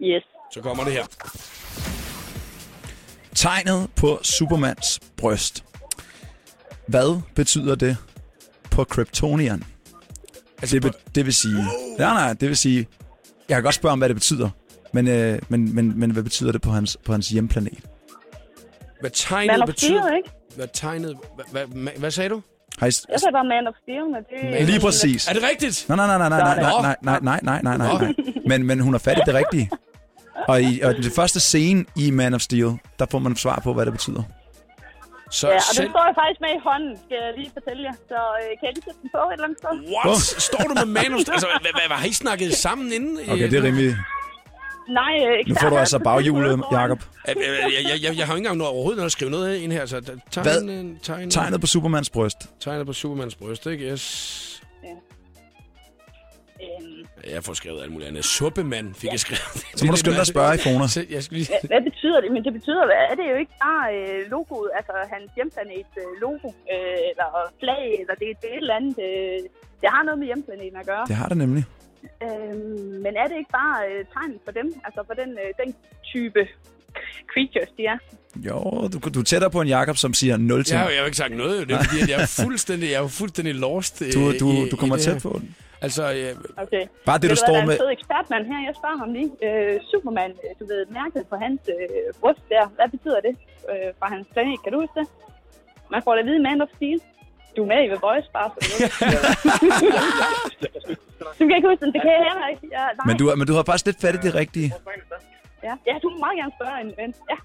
G: yes.
A: Så kommer det her. Altså,
B: Tegnet på Supermans bryst. Hvad betyder det på Kryptonian?
A: Altså,
B: Det, be, det vil sige... Nej, nej, det vil sige... Jeg kan godt spørge om, hvad det betyder. Men, øh, men, men, men hvad betyder det på hans, på hans hjemplanet?
A: hvad
G: Man
A: tegnet
G: of Steel,
A: betyder...
G: ikke?
A: Hvad tegnet... Hvad, hvad, hvad, hvad sagde du?
B: Har I, s-
A: Altså-
G: Jeg sagde bare Man of Steel, men det...
B: lige præcis.
A: Er det rigtigt?
B: Nej, nej, nej, nej, nej, nej, nej, nej, nej, nej, nej, nej. Men, men hun har fat i det rigtige. Og i og den første scene i Man of Steel, der får man svar på, hvad det betyder.
A: Så
G: Ja, og den
A: selv...
G: står jeg faktisk med i hånden, skal jeg lige fortælle jer. Så øh, kan jeg lige sætte den på et eller andet sted?
A: What? Står du med manus? Altså, hvad, hvad, hvad, har I snakket sammen inden? øh,
B: Okay, det er rimelig...
G: Nej, øh, Øhm,
B: Nu får du altså baghjulet, Jacob.
A: Jeg, øh, jeg, jeg, jeg, jeg har jo ikke engang noget, overhovedet noget at skrive noget ind her, så der- tegn,
B: Hvad?
A: en- tegn,
B: Tegnet på Supermans bryst.
A: tegnet på Supermans bryst, ikke? Yes.
G: Øhm,
A: Jeg får skrevet alt muligt andet. Suppemand fik jeg skrevet.
B: Så må du skynde dig at spørge i foner.
A: Så Jeg skal lige...
G: Hvad betyder det? Men det betyder, hvad er det jo ikke bare øh, logoet, altså hans hjemplanet øh, logo, øh, eller flag, eller det, det er et eller andet. Øh, det har noget med hjemplaneten at gøre.
B: Det har det nemlig.
G: Øhm, men er det ikke bare øh, tegnet for dem? Altså for den, øh, den type creatures, de er?
B: Jo, du, du er tættere på en Jakob, som siger 0 til.
A: Jeg har, jo- jeg har jo ikke sagt noget, jo. det er fordi, at jeg er fuldstændig, jeg er jo fuldstændig lost. øh,
B: Du,
A: i-
B: du,
A: i
B: du kommer
A: det
B: tæt
A: her.
B: på den.
A: Altså, jeg,
G: Okay.
B: Bare det, du
G: hvad,
B: står
G: der er
B: med.
G: en fed ekspertmand her. Jeg spørger ham lige. Øh, Superman, øh, du ved, mærket på hans øh, bryst der. Hvad betyder det øh, fra hans planet? Kan du huske det? Man får det at vide, man of steel. Du er med i The Voice, bare så du ved. Du kan ikke huske den. Det kan jeg heller ikke. Ja, nej.
B: Men du, har- men du har faktisk lidt fat i det rigtige.
G: Ja. ja, du må meget gerne spørge en ven. Ja.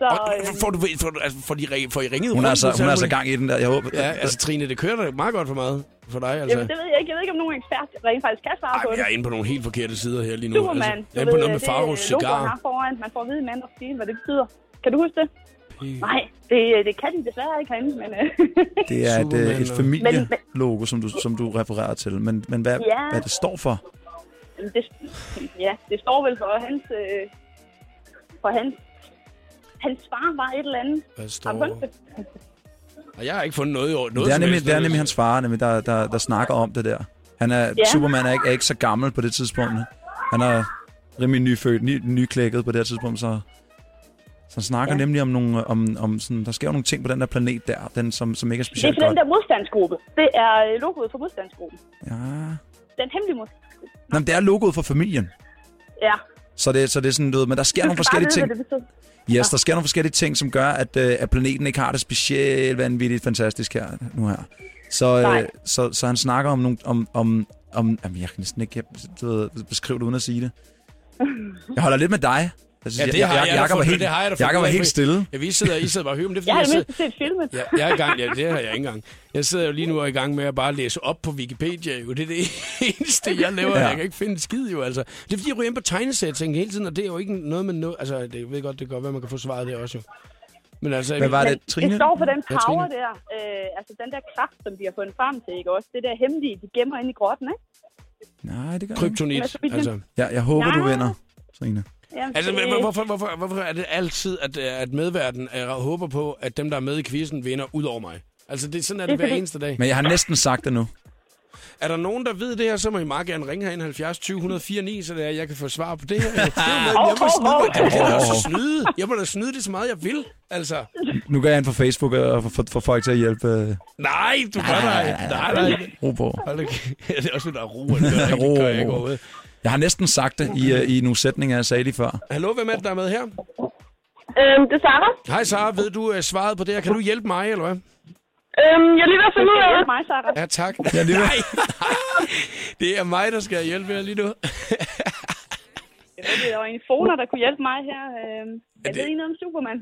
G: Så,
A: og,
G: øh,
A: får, du, får, du, altså, får, de, ring- får I ringet
B: Hun
A: rundt
B: er altså,
A: til
B: hun er
A: alt
B: altså
A: muligt?
B: gang i den der. Jeg håber,
A: Ja, altså Trine, det kører da meget godt for meget for dig, altså.
G: jamen, det ved jeg ikke. Jeg ved ikke, om nogen ekspert rent faktisk kan svare
A: Ej,
G: på
A: men
G: det.
A: jeg er inde på nogle helt forkerte sider her lige nu.
G: Superman,
A: altså,
G: du
A: jeg er inde på
G: ved,
A: noget med
G: det er øh,
A: Faros
G: logoen
A: cigar.
G: her foran. Man får at vide Man of Steel, hvad det betyder. Kan du huske det? Nej, det, øh, det kan de desværre ikke herinde, men... øh,
B: Det er et, øh,
A: Superman
B: et
A: og-
B: familielogo, som du, som du refererer til. Men, men hvad, hvad det står for?
G: Jamen, Det, ja, det står vel for hans... Øh, for hans... Hans far var et eller andet.
A: Hvad
G: Har du
A: står
G: fundet det?
A: Og jeg har ikke fundet noget, noget
B: Det er
A: som
B: nemlig,
A: helst.
B: det er nemlig hans far, nemlig, der, der, der snakker om det der. Han er,
G: Ja.
B: Superman er ikke, er ikke så gammel på det tidspunkt. Han er rimelig nyfødt, ny, nyklækket på det her tidspunkt, så, så han snakker ja. nemlig om nogle, om, om sådan, der sker jo nogle ting på den der planet der, den, som, som ikke er
G: Det er
B: specielt
G: for den
B: godt.
G: der modstandsgruppe. Det er øh, logoet for modstandsgruppen.
B: Ja.
G: Den hemmelige modstandsgruppe.
B: Nå, men det er logoet for familien.
G: Ja.
B: Så det, så det er sådan, du ved, men der sker nogle forskellige ting.
G: ting.
B: Yes, der sker nogle forskellige ting, som gør, at, øh, at planeten ikke har det specielt vanvittigt fantastisk her nu her. Så, øh,
G: Nej.
B: så, så han snakker om nogle... Om, om, om, jamen, jeg kan næsten ikke du ved, beskrive det uden at sige det. Jeg holder lidt med dig. Jeg synes,
A: Ja, det har jeg, jeg, jeg,
B: Jakob var
A: fundet,
B: helt,
A: det har jeg da fundet
B: Jakob var
A: ud af,
B: helt
A: fordi-
B: stille.
A: Ja, vi sidder, I sidder bare og hører, men det er fordi,
G: Jeg har
A: jeg
G: det
A: sidder,
G: mindst set filmen.
A: Ja, jeg er i gang. Ja, det har jeg ikke engang. Jeg sidder jo lige nu og er i gang med at bare læse op på Wikipedia. Jo. Det er det eneste, jeg laver.
B: Ja.
A: Ja. Jeg kan ikke finde en skid, jo. Altså. Det er fordi, jeg ryger ind på tegnesætting hele tiden, og det er jo ikke noget med noget... Altså, det jeg ved godt, det kan godt være, man kan få svaret det også, jo. Men altså...
B: Hvad var det,
G: Det
B: Trine?
G: står for den
A: Ja,
G: power
A: Trine.
G: der. Øh, altså den der kraft, som de har fundet frem til, ikke også? Det der hemmelige, de gemmer inde i grotten, ikke?
B: Nej, det gør jeg ikke.
A: Kryptonit. Altså,
B: Jeg, jeg håber, du
G: Nej.
B: vinder, Trine.
G: Jamen,
A: altså
G: det-
A: hvor- hvorfor, hvorfor, hvorfor er det altid, at, øh, at medverden er, håber på, at dem, der er med i quizzen, vinder ud over mig? Altså, det, sådan er det,
G: Det er
A: hver
G: fordi-
A: eneste dag.
B: Men jeg har næsten sagt det nu.
A: Er der nogen, der ved det her, så må I meget gerne ringe herind 70 20 104 9, så det er, jeg kan få svar på det her. Det er jo noget, jeg må snyde. mig. Jeg må da også snyde. Jeg må da snyde det så meget, jeg vil. Altså,
B: Nu går jeg ind på Facebook og får, får, får folk til at hjælpe. øh,
A: nej, du gør dig. Nej, nej.
B: Ro på.
A: Hold da kæft. Det er også, der er ro. Det gør jeg ikke. Det gør jeg ikke overhovedet.
B: Jeg har næsten sagt det i, øh, i nogle sætninger, jeg sagde lige før.
A: Hallo, hvem er det, der er med her?
H: Øhm, det er Sarah.
A: Hej, Sara. Ved du uh, svaret på det her? Kan du hjælpe mig, eller hvad?
H: Øhm, jeg er lige ved at
G: Det
H: finde ud
G: skal
H: af det.
G: hjælpe mig, Sarah.
A: Ja, tak.
B: Jeg er lige ved-
A: nej. Det er mig, der skal hjælpe jer lige nu.
G: Det var en foner, der kunne hjælpe mig her. Øh, jeg
A: det-
G: ved ikke noget om Superman.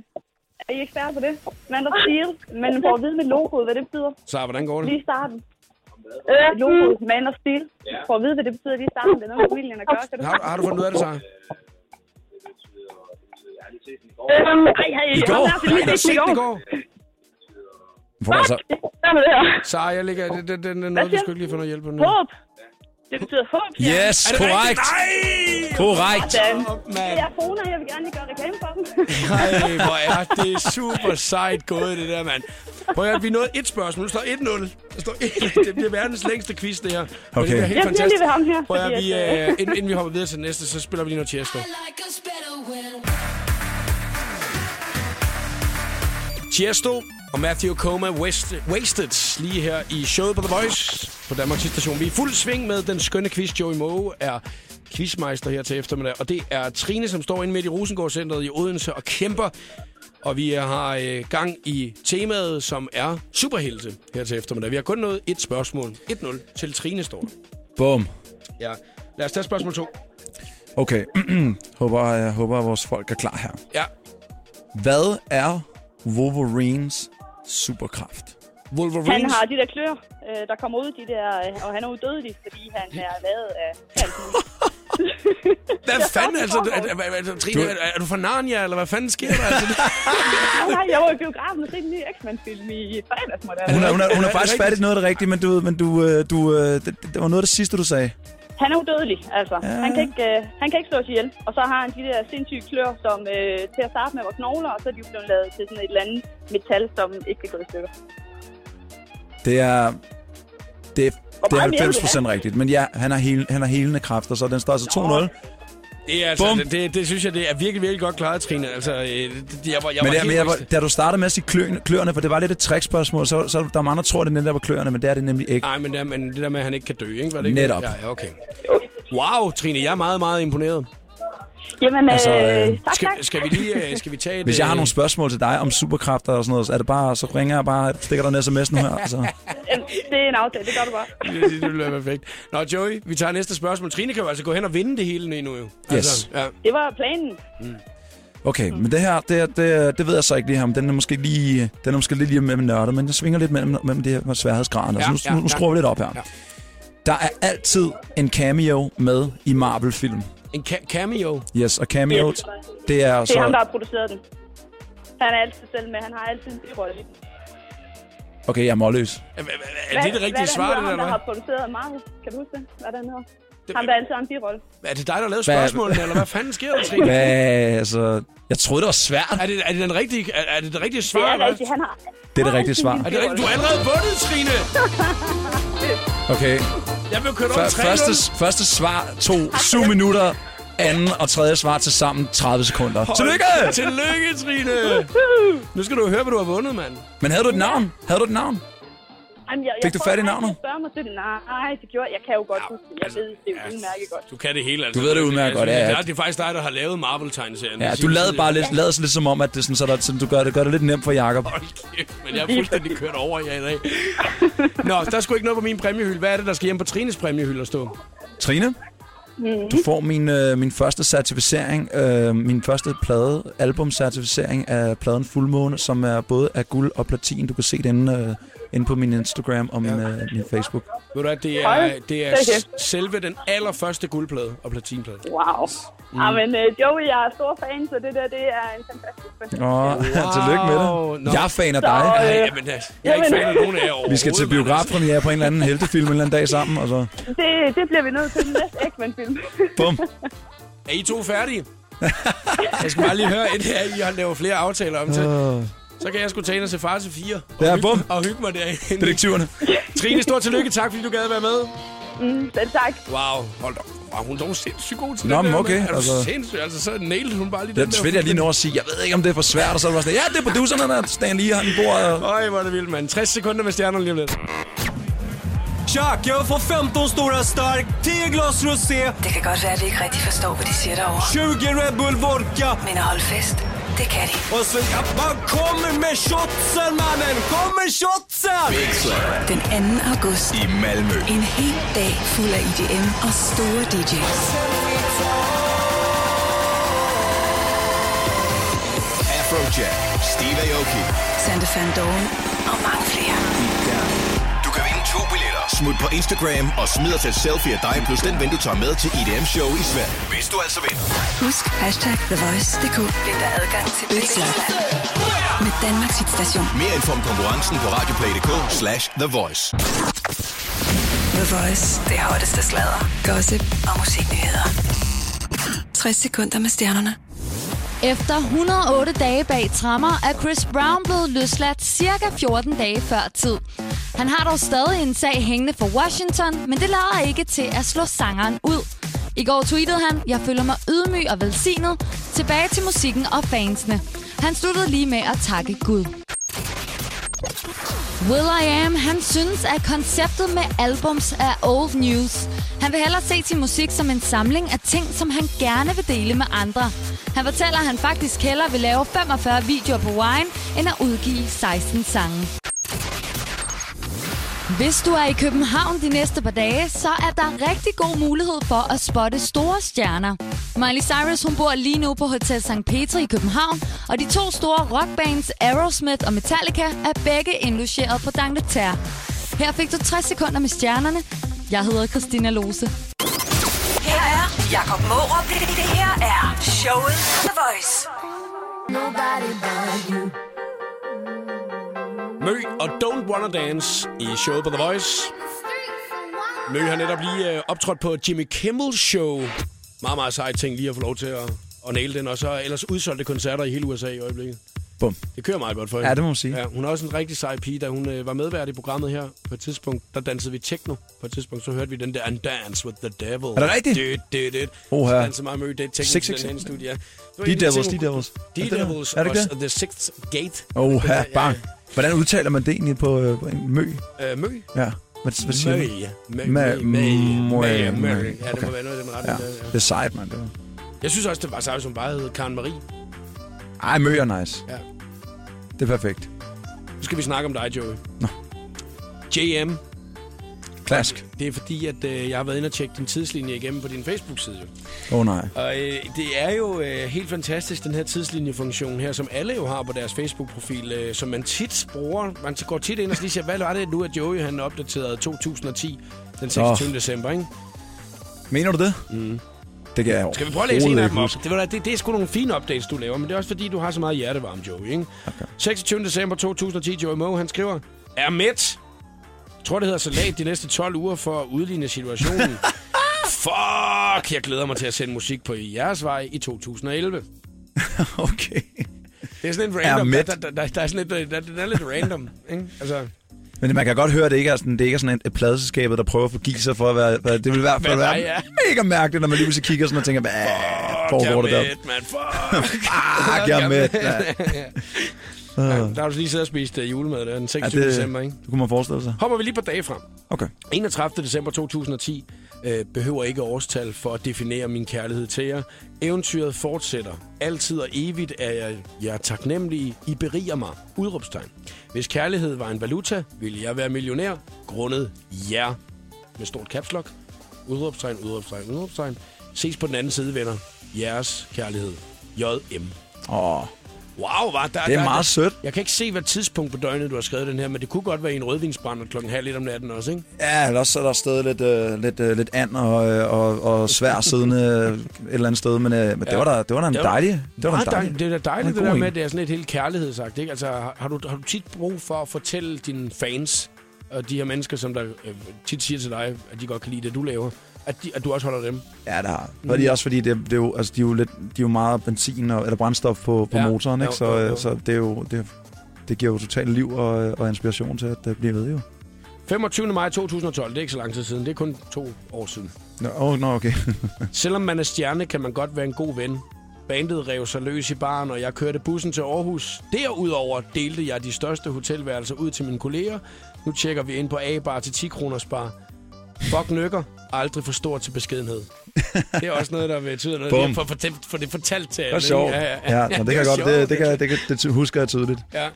G: Er I eksperter på det? Man of Steel. Men for at vide med logoet, hvad det betyder.
A: Sara, hvordan går det?
G: Lige i starten.
H: Øhm,
G: Logoet, Man of Steel. For at vide, hvad det betyder lige i starten. Det er noget med familien at gøre. Kan du
A: Har, har du fundet ud af det, Sara?
H: øhm, ej, ej,
B: I går?
H: Jeg har set
A: Det
H: det
A: går.
B: Får du altså,
H: Hvad med det her?
A: Sara, jeg ligger... Det, det, det, det er noget, du
G: siger
A: skulle ikke lige få noget hjælp på nu.
G: Håb. Det betyder håb. Ja.
B: Yes,
A: Er det
B: korrekt.
A: rigtigt? Nej!
B: Korrekt.
G: Dan.
A: Op, mand.
G: Det er foner, jeg vil gerne lige gøre reklame for dem.
A: Ej, hvor er det super sejt gået, det der, mand. Prøv at høre, vi nåede et spørgsmål. Nu står 1-0. Der står 1. Det bliver verdens længste quiz, det her. Okay. Det bliver helt
G: Jeg bliver lige
A: fantastisk.
G: ved ham her.
A: Prøv at høre,
G: fordi
A: vi,
G: at,
A: øh,
G: øh,
A: inden, inden vi hopper videre til den næste, så spiller vi lige noget Tiesto. Tiesto og Matthew Coma West, Wasted lige her i showet på The Voice på Danmarks station. Vi er i fuld sving med den skønne quiz. Joey Moe er quizmeister her til eftermiddag, og det er Trine, som står inde midt i Rosengårdscenteret i Odense og kæmper. Og vi har øh, gang i temaet, som er superhelte her til eftermiddag. Vi har kun nået et spørgsmål. 1-0 til Trine står der.
B: Bum.
A: Ja. Lad os tage spørgsmål to.
B: Okay, håber, jeg håber, at vores folk er klar her.
A: Ja.
B: Hvad er Wolverines superkraft?
A: Wolverines.
G: Han har de der klør, øh, der kommer ud de der, øh, og han er udødelig, fordi han er lavet af kaldt
A: Hvad fanden altså?
G: foregår.
A: Er, er, er, er, Trine, er, er du fra Narnia, eller hvad fanden sker der? Altså,
G: Nej, jeg var i biografen og se den nye X-Men-film i fredags, må det
B: Hun
G: være.
B: er, hun er, hun er
A: det
B: faktisk
A: rigtigt?
B: fat i noget af det rigtige, men du, ved- men du, øh, du øh, det, det var noget af det sidste, du sagde.
G: Han er udødelig, altså. Han kan, ikke, øh, han kan ikke slås ihjel. Og så har han de der sindssyge klør, som øh, til at starte med var knogler, og så er de jo blevet lavet til sådan et eller andet metal, som ikke kan gå i stykker.
B: Det er... Det, det er
G: meget mere
B: 90
G: vil
B: procent rigtigt, men ja, han har, hel, han har helende kræfter, så den står altså 2-0.
A: Det, er altså,
B: Bum.
A: det, det, det synes jeg, det er virkelig, virkelig godt klaret, Trine. Altså, øh, det, jeg var, jeg
B: Men,
A: var
B: det,
A: helt
B: men jeg, var-
A: rystet.
B: da du startede med at sige kløerne, kløerne, for det var lidt et trickspørgsmål, så, så der er mange, der tror, at det netop var kløerne, men det er det nemlig ikke.
A: Nej, men det, er- men det der med, at han ikke kan dø, ikke? Var det ikke?
B: Netop.
A: Ja, ja, okay. Wow, Trine, jeg er meget, meget imponeret.
G: Jamen, øh,
B: Altså,
G: altså,
B: øh,
G: øh, tak, tak.
A: Skal, skal vi lige øh, skal vi tage et...
B: Hvis jeg har
A: øh,
B: nogle spørgsmål til dig om superkræfter og sådan noget, så er det bare, så ringer jeg bare, stikker dig en sms nu her. Altså.
G: Jamen, Det er en aftale, det gør du bare.
A: det, øh, det, det bliver perfekt. Nå, Joey, vi tager næste spørgsmål. Trine kan jo altså gå hen og vinde det hele endnu, jo. Altså,
B: Yes.
A: ja.
G: Det var planen.
B: Okay,
A: Mm.
B: men det her, det, det, det ved jeg så ikke lige her, om den er måske lige, den er måske lidt lige mellem nørdet, men jeg svinger lidt mellem, mellem det her med sværhedsgraden. Altså,
A: Ja,
B: nu,
A: ja,
B: nu, nu
A: ja.
B: skruer vi lidt op her.
A: Ja.
B: Der er altid en cameo med i Marvel-film.
A: En ca- cameo.
B: Yes, og cameo, det er
G: Det er ham, der
B: så...
G: har produceret den. Han er altid selv med, han har altid en birolle.
B: Okay, jeg er målløs.
A: Er, er- er det det rigtige
G: hvad
A: svar, det
G: det
A: der?
G: han hedder, ham, der
A: eller
G: har produceret Marvel? Kan du huske det? Hvad er det, han hedder? Ham, der altid har en birolle.
A: Er det dig, der lavede
B: Hvad-
A: spørgsmålene, eller hvad fanden sker der, Trine?
B: Hvad, altså, jeg troede, det var svært.
A: Er det, er det den rigtige, er, er det det rigtige
G: Det
A: svar?
G: er
A: eller hvad?
G: rigtigt. Han har...
B: Det er det rigtige svar.
A: Er det rigtigt? Du har allerede vundet, Trine!
B: Okay.
A: Jeg blev kørt over
B: Før,
A: 3
B: første, første svar tog 7 minutter. Anden og tredje svar til sammen 30 sekunder. Tillykke!
A: Tillykke, Trine! Nu skal du høre, hvad du har vundet, mand.
B: Men havde du et navn? Havde du et navn?
G: Jamen, jeg, jeg
B: Fik du
G: tror,
B: fat i
G: han
B: navnet?
G: spørger mig til det. Nej, det gjorde jeg. Jeg kan jo godt huske det. Jeg ved, det er jo udmærket godt.
A: Du kan det hele, altså.
B: Du ved det udmærket godt, ja,
A: Det
B: ja.
A: er, det er faktisk dig, der har lavet Marvel-tegneserien.
B: Ja,
A: Det
B: du
A: siger
B: lavede
A: tidligere.
B: bare lidt, lavede lidt som om, at det er sådan, så der, sådan, du gør det, gør det lidt nemt for Jakob.
A: Hold kæft, men jeg er fuldstændig kørt over jer i dag. Nå, der er sgu ikke noget på min præmiehylde. Hvad er det, der skal hjem på Trines præmiehylde at stå?
B: Trine, du får min, øh, min første certificering, øh, min første plade, albumcertificering af pladen Fuldmåne, som er både af guld og platin. Du kan se den øh, inde på min Instagram og min, øh, min Facebook.
A: Ved du hvad, det er,
G: Hold
A: det er
G: da
A: s-
G: kæft.
A: selve den allerførste guldplade og platinplade.
G: Wow. Mm. Jamen, øh, Joey, jeg er stor fan, så det der, det er en fantastisk fest.
B: Åh, wow. tillykke med
A: Nå.
B: det. Jeg er fan af
G: Så,
B: dig.
A: Ej,
G: øh,
A: jamen, altså, jeg er ikke fan af nogen af jer
B: Vi skal
A: overhovedet,
B: til
A: mand.
B: biografpremiere på en eller anden heltefilm en eller anden dag sammen, og så
G: det, det bliver vi nødt til den næste X-Men-film.
B: bum.
A: Er I to færdige? jeg skal bare lige høre, inden jeg, I har lavet flere aftaler om til. Så kan jeg sgu tage ind og se far til fire. Og
B: Øh. Ja,
A: hygge,
B: bum.
A: og hygge mig derinde.
B: Detektiverne.
A: Trine, stort tillykke. Tak, fordi du gad at være med.
G: Mm, selv tak.
A: Wow, hold op. Wow, hun er dog sindssygt god til
B: Nå,
A: den
B: men
A: der,
B: okay,
A: mand. Er du
B: altså.
A: sindssyg? Altså, så nailed hun bare lige
B: Det
A: den
B: er
A: der.
B: fedt, jeg lige når at sige, jeg ved ikke, om det er for svært, og så er det bare sådan, ja, det er producerne, der står lige her, den bor. og-
A: Øj, hvor er det vildt, mand. 60 sekunder med stjernerne lige om lidt.
I: Jack, jag får 15 stora stark, 10 glas rosé,
C: Det kan godt være, at vi ikke rigtig forstår, hvad de siger derovre.
I: 20 Red Bull vodka
C: Men at holde fest, det kan de.
I: och så... Ja, man kommer med shotsen mannen! Kommer shotsen!
C: Den 2. august.
E: I Malmø.
C: En hel dag fuld af IDM og store DJ's.
E: Afrojack. Steve Aoki.
C: Sante Fandoren og mange flere.
E: Du kan vinde to billetter. Smut på Instagram og smid os et selfie af dig, plus den ven, du tager med til IDM Show i Sverige. Hvis du altså vinder.
C: Husk hashtag TheVoice.dk. Vind dig adgang til Bixland. Med Danmarks hitstation.
E: Mere info om konkurrencen på radioplay.dk slash The Voice.
C: The Voice. Det hotteste sladder. Gossip og musiknyheder. 60 sekunder med stjernerne.
F: Efter 108 dage bag trammer er Chris Brown blevet løsladt cirka 14 dage før tid. Han har dog stadig en sag hængende for Washington, men det lader ikke til at slå sangeren ud. I går tweetede han, jeg føler mig ydmyg og velsignet, tilbage til musikken og fansene. Han sluttede lige med at takke Gud. Will I Am, han synes, at konceptet med albums er old news. Han vil hellere se sin musik som en samling af ting, som han gerne vil dele med andre. Han fortæller, at han faktisk hellere vil lave 45 videoer på Wine, end at udgive 16 sange. Hvis du er i København de næste par dage, så er der rigtig god mulighed for at spotte store stjerner. Miley Cyrus hun bor lige nu på Hotel St. Peter i København, og de to store rockbands Aerosmith og Metallica er begge indlogeret på Dangleterre. Her fik du 60 sekunder med stjernerne. Jeg hedder Christina Lose.
C: Her er Jakob Morup. Det her er showet The Voice.
A: Mø og Don't Wanna Dance i showet på The Voice. Mø har netop lige øh, optrådt på Jimmy Kimmel's show. Meget, meget sej ting lige at få lov til at, at næle den. Og så ellers udsolgte koncerter i hele USA i øjeblikket.
B: Bum.
A: Det kører meget godt for hende.
B: Ja, det må man sige.
A: Ja, hun er også en rigtig sej pige. Da hun øh, var medvært i programmet her på et tidspunkt, der dansede vi techno. På et tidspunkt, så hørte vi den der And Dance with the Devil.
B: Er det rigtigt?
A: Det, det, det.
B: Oha.
A: Så dansede meget mø, det er techno
B: Six,
A: til
B: six,
A: den her
B: six.
A: studie. Ja.
B: De Devils, De Devils.
A: De
B: Er det der?
A: Devils
B: Er det ikke
A: og The Sixth Gate. Ja,
B: Åh,
A: ja,
B: her,
A: ja.
B: bang. Hvordan udtaler man det egentlig på, øh, på en mø?
A: Øh, mø.
B: Ja. Hvad, hvad siger man?
A: Møge.
B: Mø-
A: Møge. Møge. Møge.
B: Møge.
A: Møge. Ja, det må
B: Okay.
A: være noget i den retning.
B: Ja,
A: der,
B: det
A: Ja.
B: er sejt, mand. det var.
A: Jeg synes også, det var sejt, som bare hed Karen Marie.
B: Ej, mø er nice.
A: Ja.
B: Det er perfekt.
A: Nu skal vi snakke om dig, Joey.
B: Nå.
A: JM.
B: Klask.
A: Det er fordi, at øh, jeg har været inde og tjekke din tidslinje igennem på din Facebook-side. Jo.
B: Åh, oh, nej.
A: Og øh, det er jo øh, helt fantastisk, den her tidslinjefunktion her, som alle jo har på deres Facebook-profil, øh, som man tit bruger. Man går tit ind og så lige siger, hvad var det nu, at Joey han opdaterede 2010 den 26.
B: Nå.
A: december, ikke?
B: Mener du det? Mm. Det kan jeg jo.
A: Skal vi prøve at læse en af dem op? Det, var da- det, det er sgu nogle fine updates, du laver, men det er også fordi, du har så meget hjertevarme, Joey. Ikke? Okay. 26. december 2010, Joey Moe, han skriver, er mæt. Jeg tror, det hedder salat de næste 12 uger for at udligne situationen. Fuck, jeg glæder mig til at sende musik på jeres vej i 2011.
B: Okay.
A: Det er sådan lidt
B: Er
A: random. Der,
B: med.
A: der, der, der, der er sådan lidt, der, den er lidt random, ikke? Altså,
B: Men man kan godt høre, at det ikke er sådan, det ikke er sådan et, et pladeselskab, der prøver at forgive sig for at være... For, det vil i hvert fald
A: Hvad
B: være
A: der er.
B: mega mærkeligt, når man lige pludselig kigger sådan og tænker, hvad foregår der der?
A: Jamen, man, fuck.
B: Fuck, jeg er med.
A: Ja, der har du lige siddet og spist uh, julemad der den 26.
B: Ja,
A: Ja,
B: det-
A: december, ikke?
B: Det kunne man forestille sig.
A: Hopper vi lige på dage frem.
B: Okay.
A: 31. december 2010 øh, behøver ikke årstal for at definere min kærlighed til jer. Eventyret fortsætter. Altid og evigt er jeg, jeg er taknemmelig. I beriger mig. Udråbstegn. Hvis kærlighed var en valuta, ville jeg være millionær. Grundet jer. Med stort caps lock. Udråbstegn, udråbstegn, udråbstegn. Ses på den anden side, venner. Jeres kærlighed. J.M.
B: Åh,
A: Wow, var der,
B: det
A: der,
B: er meget sødt.
A: Jeg kan ikke se, hvad tidspunkt på døgnet, du har skrevet den her, men det kunne godt være i en rødvinsbrænder klokken halv et om natten også, ikke?
B: Ja, eller også er der stadig lidt, øh, lidt, øh, lidt and og, øh, og, og svær siddende øh, et eller andet sted, men, øh, men det, var da, det var da en
A: Det var-
B: dejlig... Det var da en
A: Meget
B: dejlig.
A: dejligt. Det er da dejligt,
B: Det
A: det
B: var
A: der
B: en god
A: med,
B: en.
A: at det er sådan et helt kærlighedsagt. Ikke? Altså, har, har du, har du tit brug for at fortælle dine fans, og de her mennesker, som der øh, tit siger til dig, at de godt kan lide det, du laver, at, de, at du også holder dem?
B: Ja, det har. Mm. Fordi også fordi, det, det er jo, altså, de, er jo lidt, de er jo meget benzin og, eller brændstof på, på
A: Ja.
B: ja. motoren, ikke?
A: Jo,
B: så,
A: jo,
B: øh,
A: jo.
B: så det er jo... Det, det giver jo totalt liv og, og inspiration til at øh, blive ved, jo.
A: 25. maj 2012, det er ikke så lang tid siden. Det er kun to år siden.
B: Nå, oh, nå okay.
A: Selvom man er stjerne, kan man godt være en god ven. Bandet rev sig løs i baren, og jeg kørte bussen til Aarhus. Derudover delte jeg de største hotelværelser ud til mine kolleger. Nu tjekker vi ind på A-bar til 10 kroners bar. Fuck nykker. Aldrig for stor til beskedenhed. Det er også noget, der betyder noget.
B: Bum.
A: Det er For, for, det, for det fortalt til alle, ikke?
B: Ja,
A: Ja,
B: ja. ja nå, det kan jeg
A: er
B: godt.
A: sjovt.
B: Det, det, kan, det, kan, det ty- husker jeg tydeligt.
A: Ja.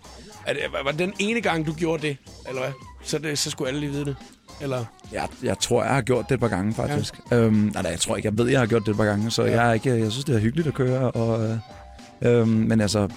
A: Er det, var det den ene gang, du gjorde det, eller hvad? Så, det, så skulle alle lige vide det. Eller,
B: Jeg, jeg tror, jeg har gjort det et par gange, faktisk. Ja. Øhm, nej, nej, jeg tror ikke. Jeg ved, jeg har gjort det et par gange, så ja. jeg, er ikke, jeg synes, det er hyggeligt at køre. Og, øh, øhm, men altså...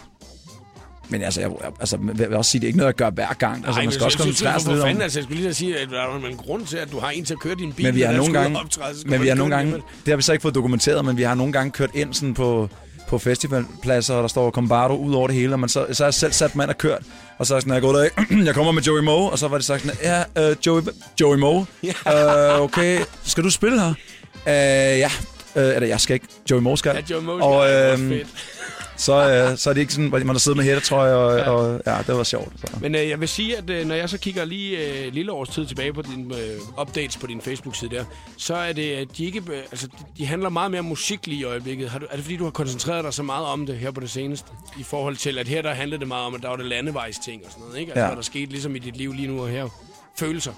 B: Men altså, jeg, jeg, altså, jeg vil også sige, det er ikke noget, jeg gør hver gang. altså,
A: Ej,
B: man
A: men
B: skal også
A: jeg synes,
B: koncentrere
A: for
B: sig lidt om...
A: fanden, altså, jeg skulle lige til at sige, at der er jo en grund til, at du har en til at køre din bil.
B: Men vi
A: og
B: har
A: der
B: nogle
A: skulle
B: gange,
A: optræde, så skal
B: men
A: man
B: vi har
A: køre
B: nogle
A: den
B: gange,
A: alligevel.
B: det har vi så ikke fået dokumenteret, men vi har nogle gange kørt ind sådan på, på festivalpladser, og der står Combardo ud over det hele, og man så, så har jeg selv sat mig ind og kørt, og så er jeg sådan, jeg går ud af, jeg kommer med Joey Moe, og så var det sagt sådan, ja, øh, Joey, Joey Moe, øh, okay, skal du spille her? Øh, ja, øh, eller jeg skal ikke, Joey Moe skal.
A: Ja, Joe Moe
B: og,
A: skal, det var
B: øh,
A: fedt.
B: så, øh, så er det ikke sådan, man har siddet med hættetrøje, og, ja. og ja, det var sjovt. Så.
A: Men øh, jeg vil sige, at øh, når jeg så kigger lige øh, et lille års tid tilbage på dine øh, updates på din Facebook-side der, så er det, at de ikke... Øh, altså, de- de handler meget mere om musik lige i øjeblikket. Har du, er det fordi, du har koncentreret dig så meget om det her på det seneste? I forhold til, at her der handlede det meget om, at der var det landevejsting og sådan noget, ikke? Altså,
B: Ja.
A: ja. hvad der skete ligesom i dit liv lige nu og her. Følelser.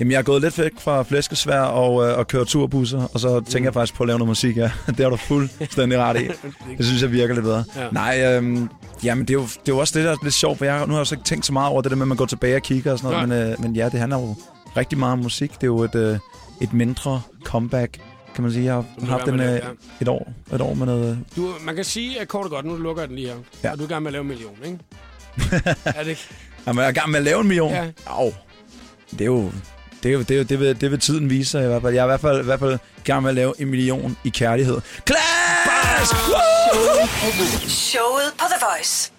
B: Jamen, jeg er gået lidt væk fra flæskesvær og, øh, og kører turbusser, og så tænker jeg faktisk på at lave noget musik, ja. Det har du fuldstændig ret i. Det synes jeg virker lidt bedre.
A: Ja.
B: Ja. Nej, øhm, jamen, det er, jo, det er jo også det, der er lidt sjovt, for jeg, har- nu har jeg jo så ikke tænkt så meget over det der med, at man går tilbage og kigger og sådan noget,
A: Nej.
B: men, øh, men ja, det handler jo rigtig meget om musik. Det er jo et, øh, et mindre comeback, kan man sige. Jeg har
A: må
B: haft
A: være
B: en,
A: med
B: øh,
A: det,
B: et, år, et år med noget... øh,
A: Du, man kan sige at kort og godt, nu lukker jeg den lige her.
B: Ja.
A: Ja. Og du er i gang med at lave en million, ikke? er det
B: Jamen, jeg er i gang med at lave en million.
A: Ja.
B: Ja. Au. Det er jo... Det, er jo, det, er jo, det, vil, det vil tiden vise sig i hvert fald. Jeg er i hvert fald, i hvert fald i gang med at lave en million i kærlighed. Klaas!
C: Showet på The Voice.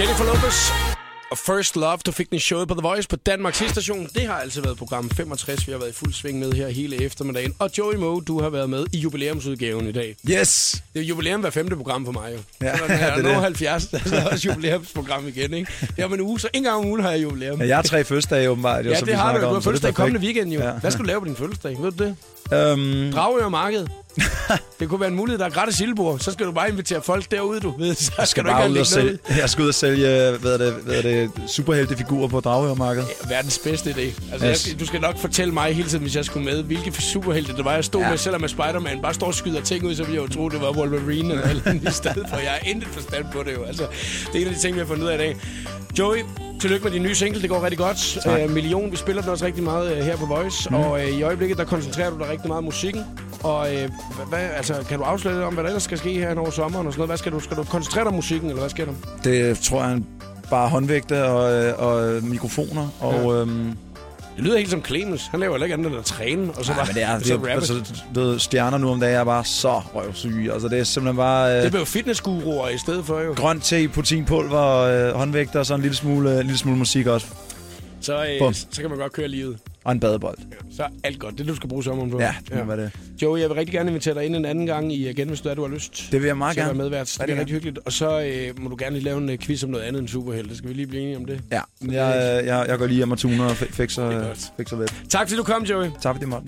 A: Jennifer Lopez og First Love, du fik den i showet på The Voice på Danmarks station. Det har altid været program 65, vi har været i fuld sving med her hele eftermiddagen. Og Joey Moe, du har været med i jubilæumsudgaven i dag.
B: Yes!
A: Det er jubilæum hver femte program for mig jo.
B: Ja,
A: Så når jeg
B: det er
A: når
B: det.
A: 70, så er der også jubilæumsprogram igen, ikke? Det er om en uge, så en gang om ugen har jeg jubilæum.
B: Ja, Jeg har tre fødselsdage åbenbart. jo,
A: Ja,
B: som
A: det
B: vi
A: har du.
B: snakker
A: Du
B: om,
A: har
B: så det er
A: fødselsdag kommende
B: perfekt.
A: weekend jo.
B: Ja.
A: Hvad skal du lave på din fødselsdag? Ved du det?
B: Øhm,
A: Dragør Marked. Det kunne være en mulighed, der er gratis ildbord. Så skal du bare invitere folk derude, du ved. Så skal,
B: jeg skal
A: du ikke
B: bare ud
A: lægge
B: og
A: noget
B: sælge, jeg skal ud og sælge hvad er det, hvad er det, superheltefigurer på Dragørmarkedet.
A: verdens bedste idé. Altså, yes.
B: Yes.
A: jeg, du skal nok fortælle mig hele tiden, hvis jeg skulle med, hvilke superhelte det var, jeg stod ja. med, selvom at Spider-Man bare står og skyder ting ud, så ville jeg jo tro, det var Wolverine eller et eller andet i stedet for. Jeg har intet forstand på det jo. Altså, det er en af de ting, vi har fundet ud af i dag. Joey, tillykke med din nye single. Det går rigtig godt. Uh, million, vi spiller den også rigtig meget uh, her på Voice.
B: Mhm.
A: Mm. Og uh, i øjeblikket, der koncentrerer du dig rigtig meget om musikken. Og uh, hvad, hvad, altså, kan du afsløre lidt om, hvad der ellers skal ske her hen over sommeren og sådan noget? Hvad skal du, skal du koncentrere dig om musikken, eller hvad sker der?
B: Det tror jeg bare håndvægte og, øh, og øh, mikrofoner. Og, øhm,
A: Det lyder helt som Clemens. Han laver heller ikke andet end at træne, og så
B: Ej,
A: bare
B: men det er,
A: og
B: det
A: så
B: er
A: rappe.
B: altså, du ved, stjerner nu om dagen er bare så røvsyge. Altså, det er simpelthen bare... Øh,
A: Det blev fitnessguruer i stedet for jo.
B: grønt te, proteinpulver, og, øh, håndvægter og så en lille smule, øh, en lille smule musik også.
A: Så, øh,
B: Bum.
A: så kan man godt køre livet.
B: og en badebold.
A: Så alt godt. Det, du skal bruge sommeren på.
B: Ja, det var det.
A: Joey, jeg vil rigtig gerne invitere dig ind en anden gang i øh, igen, hvis du, er, du har lyst.
B: Det vil jeg meget
A: Til at
B: gerne.
A: Være medvært. Det
B: Rigtig
A: bliver
B: gerne.
A: rigtig hyggeligt. Og så øh, må du gerne lige lave en øh, quiz om noget andet end superhelte. Skal vi lige blive enige om det?
B: Ja, jeg, jeg, jeg går lige hjem og tuner og fi- fikser, fikser lidt.
A: Tak fordi du kom, Joey.
B: Tak fordi du måtte.